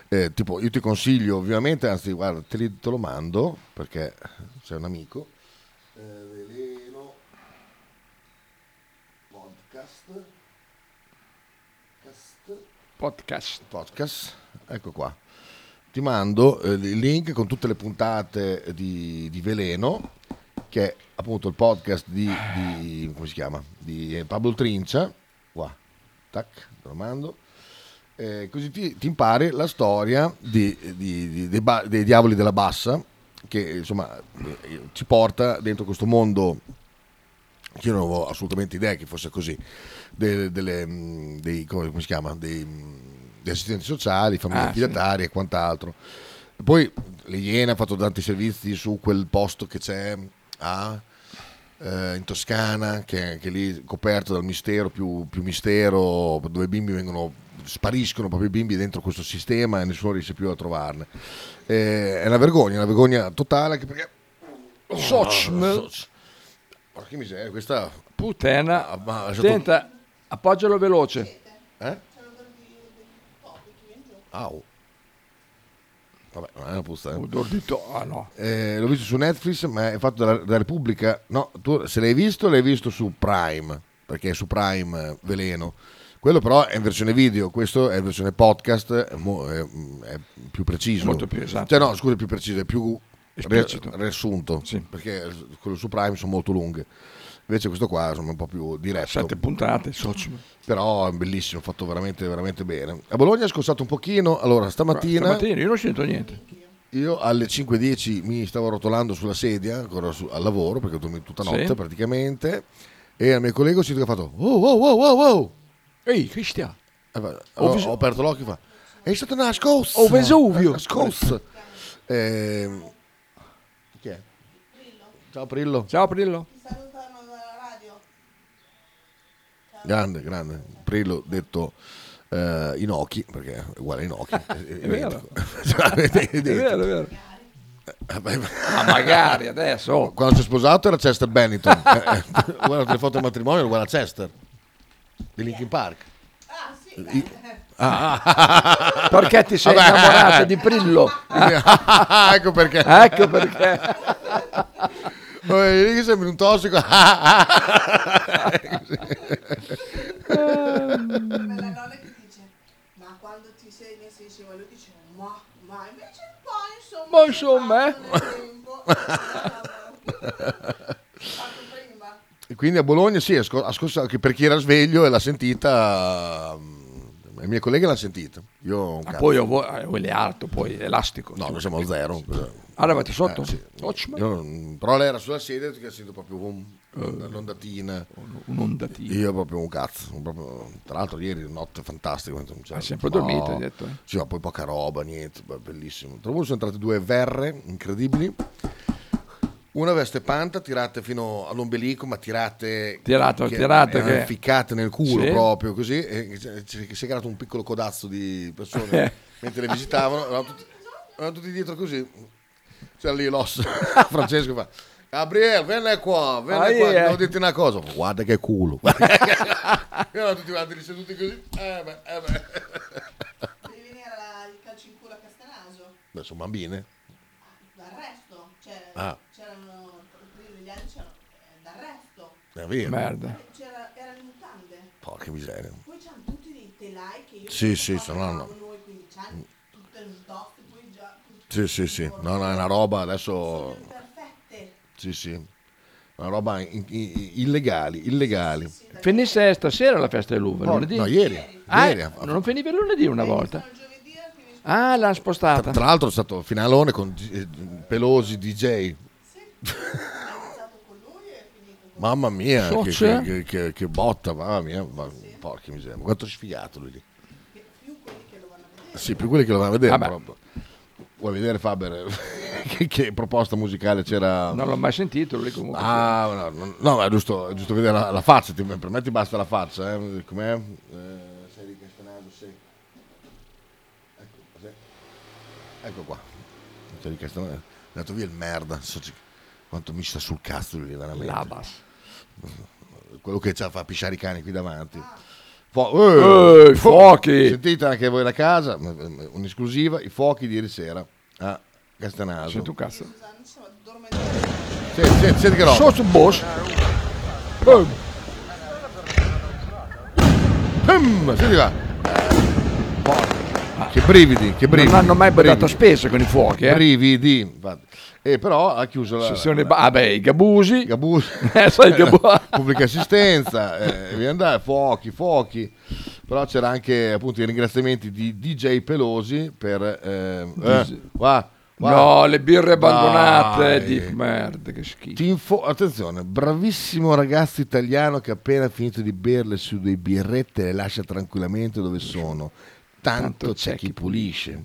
[SPEAKER 9] Eh, tipo, io ti consiglio ovviamente, anzi, guarda, te, li- te lo mando perché sei un amico. Eh, veleno podcast.
[SPEAKER 7] Podcast.
[SPEAKER 9] Podcast. Ecco qua. Ti mando eh, il link con tutte le puntate di, di Veleno, che è appunto il podcast di, di- come si chiama? Di eh, Pablo Trincia. Qua. Tac, te lo mando. Eh, così ti, ti impari la storia di- di- di- dei, ba- dei diavoli della bassa, che insomma eh, ci porta dentro questo mondo che io non avevo assolutamente idea che fosse così, de- delle, mh, dei, come, come si chiama, dei, mh, degli assistenti sociali, famiglie
[SPEAKER 7] Ah, sì.
[SPEAKER 9] affidatari e quant'altro. E poi le Iene ha fatto tanti servizi su quel posto che c'è a, eh, in Toscana, che, che lì è coperto dal mistero più, più mistero, dove i bimbi vengono spariscono proprio i bimbi dentro questo sistema e nessuno riesce più a trovarne. Eh, è una vergogna, una vergogna totale anche perché...
[SPEAKER 7] Soc-
[SPEAKER 9] Porca che miseria, questa
[SPEAKER 7] Puttana.
[SPEAKER 9] Ah, ma ha lasciato-
[SPEAKER 7] Senta, appoggialo veloce.
[SPEAKER 9] Eh? Au. Vabbè, non è una puzza. eh.
[SPEAKER 7] Odor di to- ah, no.
[SPEAKER 9] Eh, l'ho visto su Netflix, ma è fatto dalla, dalla Repubblica. No, tu se l'hai visto, l'hai visto su Prime, perché è su Prime eh, Veleno. Quello però è in versione video, questo è in versione podcast, è, mo- è- è più preciso.
[SPEAKER 7] Molto più esatto.
[SPEAKER 9] Cioè no, scusa, è più preciso, è più re-
[SPEAKER 7] Esplicito.
[SPEAKER 9] riassunto, perché quello su Prime sono molto lunghe. Invece questo qua insomma, è un po' più diretto.
[SPEAKER 7] Sette puntate, socio.
[SPEAKER 9] Però è bellissimo, fatto veramente, veramente bene. A Bologna è scossato un pochino, allora stamattina...
[SPEAKER 7] Stamattina io non sento niente.
[SPEAKER 9] Io alle 5.10 mi stavo rotolando sulla sedia, ancora su- al lavoro, perché ho dormito tutta notte
[SPEAKER 7] Sì.
[SPEAKER 9] praticamente, e al mio collega ho sentito che ha fatto oh oh oh oh oh!
[SPEAKER 7] Ehi, Cristian!
[SPEAKER 9] E fa-
[SPEAKER 7] Ho
[SPEAKER 9] Eh, ho,
[SPEAKER 7] vis-
[SPEAKER 9] ho aperto l'occhio e fa è stata una scossa!
[SPEAKER 7] Oh, Vesuvio!
[SPEAKER 9] Una scossa! Ehm, chi è? Ciao Prillo!
[SPEAKER 7] Ciao Prillo!
[SPEAKER 9] Grande, grande. Prillo detto eh, Inoki, perché è uguale a Inoki. È, identico.
[SPEAKER 7] È
[SPEAKER 9] Veramente
[SPEAKER 7] vero, è
[SPEAKER 9] identico.
[SPEAKER 7] vero.
[SPEAKER 9] Eh, beh,
[SPEAKER 7] Ma Ah, magari adesso, oh.
[SPEAKER 9] Quando si è sposato era Chester Bennington. Eh, eh, guarda le foto del matrimonio, guarda Chester. Di Linkin Park. I- Ah.
[SPEAKER 7] Perché ti sei
[SPEAKER 9] Vabbè.
[SPEAKER 7] innamorato di Prillo?
[SPEAKER 9] ecco perché.
[SPEAKER 7] Ecco perché.
[SPEAKER 9] Oh, io che sembri un tossico.
[SPEAKER 24] la nonna che dice, ma quando ti sei nel senso, ma lui dice, ma, ma invece poi insomma...
[SPEAKER 7] Ma insomma, eh.
[SPEAKER 9] E quindi a Bologna sì, ha sco- ha scorso- che per chi era sveglio e l'ha sentita, mm, i miei colleghi l'hanno sentita. Io ho un
[SPEAKER 7] Ah,
[SPEAKER 9] cazzo.
[SPEAKER 7] poi ho vo- eh, quello è alto, poi è elastico.
[SPEAKER 9] No, noi siamo a zero.
[SPEAKER 7] Ah, eravate sotto?
[SPEAKER 9] Eh, sì.
[SPEAKER 7] Occhio.
[SPEAKER 9] Io non- però lei era sulla sedia e ha sentito proprio un- un'ondatina.
[SPEAKER 7] Eh. Un'ondatina.
[SPEAKER 9] Io proprio un cazzo. proprio- tra l'altro ieri notte fantastica. insomma, cioè,
[SPEAKER 7] Hai sempre
[SPEAKER 9] no.
[SPEAKER 7] dormito, hai detto, eh?
[SPEAKER 9] Sì, ma poi poca roba, niente, beh, bellissimo. Tra l'altro sono entrate due verre incredibili. Una veste panta tirate fino all'ombelico, ma tirate,
[SPEAKER 7] Tirato, tirato
[SPEAKER 9] eh,
[SPEAKER 7] che-
[SPEAKER 9] ficcate nel culo
[SPEAKER 7] Sì.
[SPEAKER 9] proprio così. E c- c- che si è creato un piccolo codazzo di
[SPEAKER 7] Eh.
[SPEAKER 9] persone mentre le visitavano. Erano tutti, erano tutti dietro così. C'era lì l'osso. Francesco fa. Gabriele, vieni qua, vieni
[SPEAKER 7] Ah,
[SPEAKER 9] qua,
[SPEAKER 7] yeah.
[SPEAKER 9] devo dirti una cosa. Guarda che culo. Erano tutti quanti lì seduti così. Eh beh, eh beh.
[SPEAKER 24] Devi venire alla- il calcio in culo a Castanaso,
[SPEAKER 9] Beh, sono bambine.
[SPEAKER 24] d'arresto, cioè,
[SPEAKER 9] Ah.
[SPEAKER 24] c'erano, prima gli anni c'erano, eh, d'arresto,
[SPEAKER 9] È vero.
[SPEAKER 7] Merda.
[SPEAKER 24] C'era, erano in mutande,
[SPEAKER 9] Porca miseria.
[SPEAKER 24] poi c'erano tutti dei telai che io
[SPEAKER 9] Sì, sì, se no, no.
[SPEAKER 24] noi 15 anni, tutte in top, poi già,
[SPEAKER 9] Sì, sì, sì. No, no, è una roba adesso. Sì, sì. Una roba in- in- illegali, illegali.
[SPEAKER 7] Finisse stasera la festa dell'uva,
[SPEAKER 9] No,
[SPEAKER 7] lunedì?
[SPEAKER 9] no, ieri,
[SPEAKER 7] Ah,
[SPEAKER 9] ieri.
[SPEAKER 7] non finiva il lunedì una volta? Ah, l'hanno spostata.
[SPEAKER 9] Tra l'altro è stato finalone con eh, Pelosi DJ. Mamma mia,
[SPEAKER 7] So,
[SPEAKER 9] che,
[SPEAKER 7] c'è?
[SPEAKER 9] che- che- che botta, mamma mia, ma, porca miseria, ma quanto sfigato lui lì. Sì, più quelli che lo vanno a vedere.
[SPEAKER 7] Vabbè.
[SPEAKER 9] proprio. Vuoi vedere Faber che, che proposta musicale c'era?
[SPEAKER 7] Non l'ho mai sentito, lì comunque.
[SPEAKER 9] Ah, no, no, no, ma è giusto, è giusto vedere la, la faccia, ti- per me ti basta la faccia, eh, com'è? Eh, sei di Castanello, sì. Ecco, sì. Ecco qua. Cioè, di Castellone è andato via il merda. so ci- quanto mi sta sul cazzo lui veramente.
[SPEAKER 7] Labas.
[SPEAKER 9] Quello che c'ha fa pisciare i cani qui davanti. Eh,
[SPEAKER 7] Fo- Ehi, fuochi!
[SPEAKER 9] Sentite anche voi la casa, m- m- un'esclusiva, i fuochi di ieri sera a Castanaso. Senti
[SPEAKER 7] un cazzo.
[SPEAKER 9] Senti, senti, senti che roba. Boh.
[SPEAKER 7] Sotto un boss. Boom.
[SPEAKER 9] Pum, senti là. Che brividi, che brividi.
[SPEAKER 7] Non hanno mai
[SPEAKER 9] brividi.
[SPEAKER 7] buttato a spese con i fuochi, eh?
[SPEAKER 9] Brividi, infatti. E Eh, però ha chiuso la...
[SPEAKER 7] Sessione ba- ah, beh, i gabusi.
[SPEAKER 9] Gabusi.
[SPEAKER 7] Eh, sai, i gabusi.
[SPEAKER 9] Pubblica assistenza, eh, via andare, fuochi, fuochi. Però c'era anche appunto i ringraziamenti di DJ Pelosi per... eh, eh, qua, qua.
[SPEAKER 7] No, le birre abbandonate
[SPEAKER 9] Dai.
[SPEAKER 7] di merda, che schifo.
[SPEAKER 9] Tinfo, attenzione, bravissimo ragazzo italiano che appena finito di berle su dei birrette le lascia tranquillamente dove sono. Tanto c'è chi pulisce.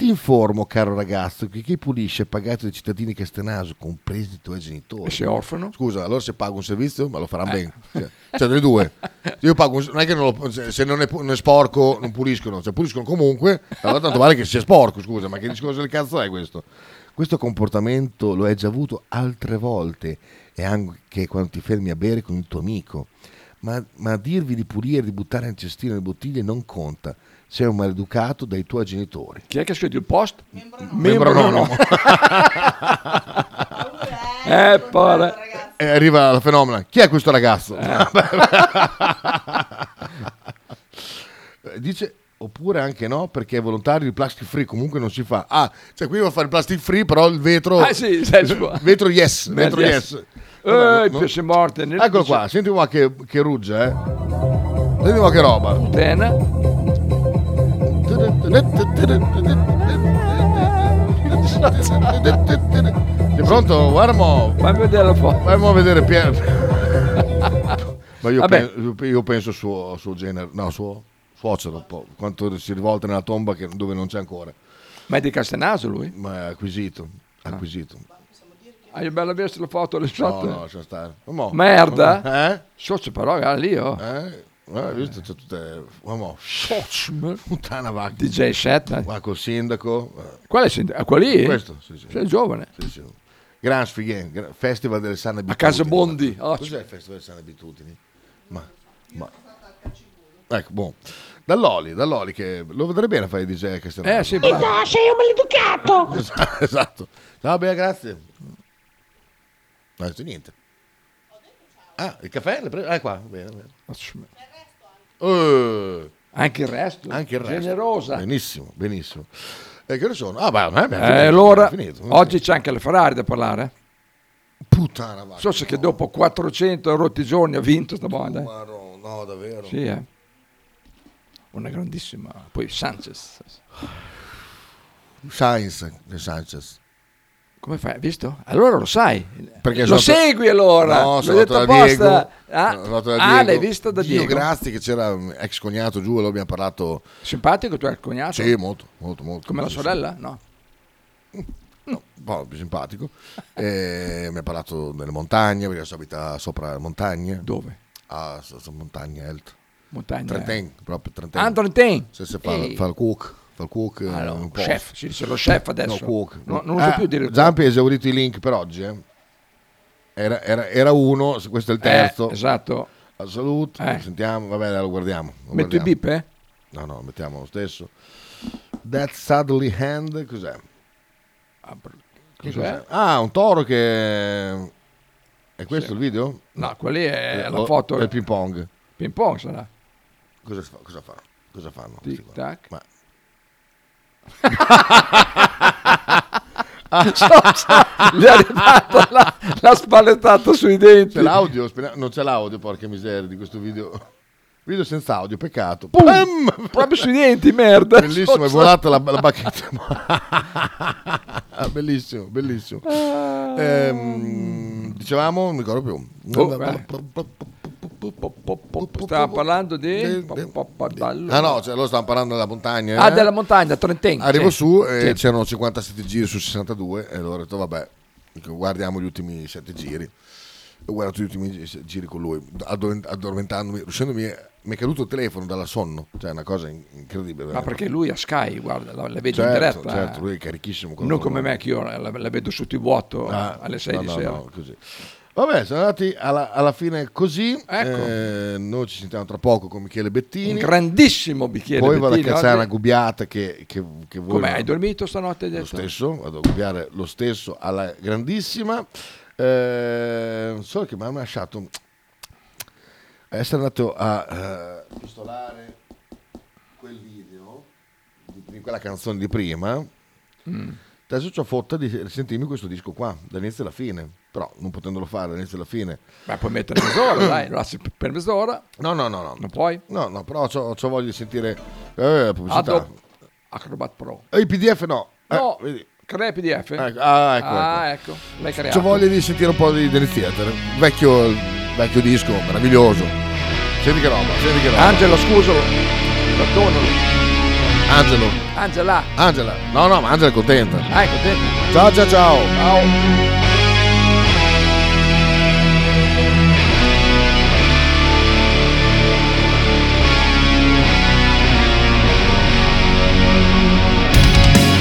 [SPEAKER 9] Ti informo, caro ragazzo, che chi pulisce è pagato dai cittadini Castenaso, compresi i tuoi genitori.
[SPEAKER 7] E sei orfano? Eh.
[SPEAKER 9] Scusa, allora se pago un servizio, ma lo faranno bene. Cioè, cioè, delle due. Io pago un- non è che non lo- se- se non è, pu- non è sporco non puliscono, cioè puliscono comunque, allora tanto vale che sia sporco, scusa, ma che discorso del cazzo è questo? Questo comportamento lo hai già avuto altre volte e anche quando ti fermi a bere con il tuo amico. Ma, ma dirvi di pulire, di buttare in cestino le bottiglie non conta. Sei un maleducato dai tuoi genitori.
[SPEAKER 7] Chi è che ha scritto il post? Membro
[SPEAKER 9] Membro anonimo.
[SPEAKER 7] eh, pare.
[SPEAKER 9] E arriva la fenomena. Chi è questo ragazzo?
[SPEAKER 7] Eh.
[SPEAKER 9] Eh, Dice oppure anche no perché è volontario il plastic free comunque non si fa. Ah, cioè qui va a fare il plastic free però il vetro
[SPEAKER 7] Ah, sì, sai, si può.
[SPEAKER 9] vetro yes, vetro yes. Vabbè,
[SPEAKER 7] Eh,
[SPEAKER 9] no-
[SPEAKER 7] pesce morte. nel-
[SPEAKER 9] Eccolo qua, senti qua che, che ruggia, eh. Senti qua che roba.
[SPEAKER 7] Tena.
[SPEAKER 9] Sei pronto? Guarda mo.
[SPEAKER 7] Vai a vedere un po'.
[SPEAKER 9] Vai mo a vedere Pier. Ma io,
[SPEAKER 7] Vabbè.
[SPEAKER 9] penso, io penso suo, suo genere, no, suo suocero, po- quanto si rivolta nella tomba che- dove non c'è ancora.
[SPEAKER 7] Ma è di Castenaso lui? Ah.
[SPEAKER 9] Ma è acquisito, acquisito.
[SPEAKER 7] Hai una bella vista la foto alle
[SPEAKER 9] No,
[SPEAKER 7] sotto?
[SPEAKER 9] no, lascia stare. Mo.
[SPEAKER 7] Oh. Merda.
[SPEAKER 9] Eh?
[SPEAKER 7] Socio però, guarda lì, oh.
[SPEAKER 9] Eh? Eh, hai visto? C'è tutte... Uomo, puttana vacca.
[SPEAKER 7] DJ set.
[SPEAKER 9] Qua col sindaco. eh.
[SPEAKER 7] Qual è il sindaco? Ah, qua lì?
[SPEAKER 9] Questo, sì, sì.
[SPEAKER 7] Sei giovane.
[SPEAKER 9] Sì, sì. Gran sfighen, gran- Festival delle Sane
[SPEAKER 7] A
[SPEAKER 9] Abitudini.
[SPEAKER 7] casa Bondi. Oh,
[SPEAKER 9] Cos'è il Festival delle Sane Abitudini? Ma... ma- Ecco, buon. Dall'Oli, dall'Oli che lo vedrei bene a fare il DJ che
[SPEAKER 7] Eh, sì, bravo.
[SPEAKER 9] sei un maleducato! esatto. Ciao, Bea, grazie. Non ha detto niente. Ah, il caffè? l'hai preso? Ah, è qua, bene, bene. Eh.
[SPEAKER 7] Anche il resto?
[SPEAKER 9] Anche il resto.
[SPEAKER 7] Generosa.
[SPEAKER 9] Benissimo, benissimo. E che ore sono? Ah, beh, eh, beh,
[SPEAKER 7] Eh,
[SPEAKER 9] finito,
[SPEAKER 7] allora,
[SPEAKER 9] finito.
[SPEAKER 7] oggi c'è anche la Ferrari da parlare. eh?
[SPEAKER 9] Puttana vacca.
[SPEAKER 7] So se che dopo 400 rotti giorni ha vinto sta banda. eh.
[SPEAKER 9] Marò, no, davvero.
[SPEAKER 7] Sì, eh. Una grandissima. Poi Sanchez.
[SPEAKER 9] Sainz e Sanchez.
[SPEAKER 7] Come fai? Hai visto? Allora lo sai.
[SPEAKER 9] Perché
[SPEAKER 7] lo
[SPEAKER 9] sono-
[SPEAKER 7] segui allora.
[SPEAKER 9] No,
[SPEAKER 7] L'ho
[SPEAKER 9] sono andato
[SPEAKER 7] detto
[SPEAKER 9] da Diego.
[SPEAKER 7] apposta. Ah,
[SPEAKER 9] Sono andato da
[SPEAKER 7] ah,
[SPEAKER 9] Diego.
[SPEAKER 7] l'hai visto da
[SPEAKER 9] Gio
[SPEAKER 7] Diego.
[SPEAKER 9] Grazzi che c'era un ex cognato giù e lo abbiamo parlato.
[SPEAKER 7] Simpatico tu hai il cognato?
[SPEAKER 9] Sì, molto, molto, molto.
[SPEAKER 7] Come la
[SPEAKER 9] Sì,
[SPEAKER 7] sorella?
[SPEAKER 9] sì.
[SPEAKER 7] No.
[SPEAKER 9] No, un po' più simpatico. E mi ha parlato delle montagne, perché adesso abita sopra le montagne.
[SPEAKER 7] Dove?
[SPEAKER 9] Ah, so- so- montagna Elto.
[SPEAKER 7] Montagna.
[SPEAKER 9] Trenten, proprio Trenten.
[SPEAKER 7] Ah, Trenten.
[SPEAKER 9] Se si fa,
[SPEAKER 7] Ehi.
[SPEAKER 9] fa il cook, fa il cook. eh, un po'.
[SPEAKER 7] chef, si dice lo chef adesso.
[SPEAKER 9] No, cook.
[SPEAKER 7] No, non so
[SPEAKER 9] Eh,
[SPEAKER 7] più dire-
[SPEAKER 9] Zampi ha esaurito i link per oggi, eh. Era, era- era uno, se questo è il
[SPEAKER 7] Eh,
[SPEAKER 9] terzo.
[SPEAKER 7] esatto.
[SPEAKER 9] Al saluto,
[SPEAKER 7] Eh.
[SPEAKER 9] sentiamo, vabbè, lo guardiamo. lo
[SPEAKER 7] Metto i
[SPEAKER 9] guardiamo.
[SPEAKER 7] bip, eh?
[SPEAKER 9] No, no, mettiamo lo stesso. That Suddenly Hand, cos'è?
[SPEAKER 7] Cos'è?
[SPEAKER 9] Ah, un toro che... È questo il video?
[SPEAKER 7] No, quella lì è
[SPEAKER 9] Eh,
[SPEAKER 7] la
[SPEAKER 9] o-
[SPEAKER 7] foto.
[SPEAKER 9] Del ping pong.
[SPEAKER 7] Ping pong sarà.
[SPEAKER 9] Cosa, si fa- cosa fa- cosa fanno? questi qua?
[SPEAKER 7] Tic tac.
[SPEAKER 9] Ma...
[SPEAKER 7] Ah, So, so, gli è arrivata la, la spallettata sui denti.
[SPEAKER 9] C'è l'audio? Spera- Non c'è l'audio, porca miseria, di questo video. Video senza audio, peccato.
[SPEAKER 7] Pum!
[SPEAKER 9] Pam!
[SPEAKER 7] Proprio sui denti, merda.
[SPEAKER 9] Bellissimo,
[SPEAKER 7] So,
[SPEAKER 9] è
[SPEAKER 7] so.
[SPEAKER 9] volata la, la bacchetta. bellissimo, bellissimo.
[SPEAKER 7] Ah.
[SPEAKER 9] Ehm, dicevamo, non mi ricordo più.
[SPEAKER 7] Oh, eh. Stavamo parlando di...
[SPEAKER 9] Ah no, cioè, loro stavano parlando della montagna.
[SPEAKER 7] Ah,
[SPEAKER 9] eh?
[SPEAKER 7] della montagna, Trentino.
[SPEAKER 9] Arrivo
[SPEAKER 7] sì.
[SPEAKER 9] su e
[SPEAKER 7] Sì.
[SPEAKER 9] c'erano 57 giri su 62 e allora ho detto vabbè, dico, guardiamo gli ultimi 7 giri. ho guardato gli ultimi gi- giri con lui, addor- addormentandomi, riuscendomi, mi è caduto il telefono dalla sonno, cioè è una cosa in- incredibile.
[SPEAKER 7] Ma
[SPEAKER 9] veramente.
[SPEAKER 7] perché lui a Sky, guarda, la, la vedi in
[SPEAKER 9] Eh. Certo,
[SPEAKER 7] diretta. eh.
[SPEAKER 9] certo, lui è carichissimo con la
[SPEAKER 7] Non
[SPEAKER 9] sua
[SPEAKER 7] come
[SPEAKER 9] mano.
[SPEAKER 7] me che io la, la- la vedo sotto il vuoto
[SPEAKER 9] Ah,
[SPEAKER 7] alle 6
[SPEAKER 9] no,
[SPEAKER 7] di
[SPEAKER 9] no,
[SPEAKER 7] sera.
[SPEAKER 9] no, così. Vabbè, siamo andati alla, alla fine così.
[SPEAKER 7] Ecco.
[SPEAKER 9] Eh, noi ci sentiamo tra poco con Michele Bettini.
[SPEAKER 7] Un grandissimo bicchiere
[SPEAKER 9] Poi vado a
[SPEAKER 7] Bettini,
[SPEAKER 9] cacciare
[SPEAKER 7] oggi.
[SPEAKER 9] una gubbiata che, che, che voi.
[SPEAKER 7] Come hai dormito stanotte?
[SPEAKER 9] Lo stesso, vado a gubbiare lo stesso alla grandissima. Eh, solo che mi hanno lasciato. eh, Essere andato a eh, pistolare quel video di, di quella canzone di prima.
[SPEAKER 7] Mm.
[SPEAKER 9] Adesso c'ho fotta di risentirmi questo disco qua, dall'inizio alla fine. Però non potendolo fare dall'inizio alla fine.
[SPEAKER 7] Ma puoi mettere mezz'ora, dai, lo lasci per mezz'ora.
[SPEAKER 9] No, no, no, no.
[SPEAKER 7] Non puoi?
[SPEAKER 9] No, no, però c'ho, c'ho voglia di sentire eh, la pubblicità.
[SPEAKER 7] Adobe Acrobat Pro.
[SPEAKER 9] E il PDF no. Eh,
[SPEAKER 7] No,
[SPEAKER 9] vedi.
[SPEAKER 7] crea PDF.
[SPEAKER 9] Ecco, ah, ecco,
[SPEAKER 7] Ah, ecco, l'hai creato.
[SPEAKER 9] C'ho voglia di sentire un po' di Dennis Theater. Vecchio, vecchio disco, meraviglioso. Senti che roba, senti che roba. Oh,
[SPEAKER 7] Angelo, scusalo, perdonalo.
[SPEAKER 9] Angelo.
[SPEAKER 7] Angela,
[SPEAKER 9] Angela. No, no, ma Angela è contenta.
[SPEAKER 7] ah, ecco, te.
[SPEAKER 9] Ciao, ciao, ciao.
[SPEAKER 7] Ciao.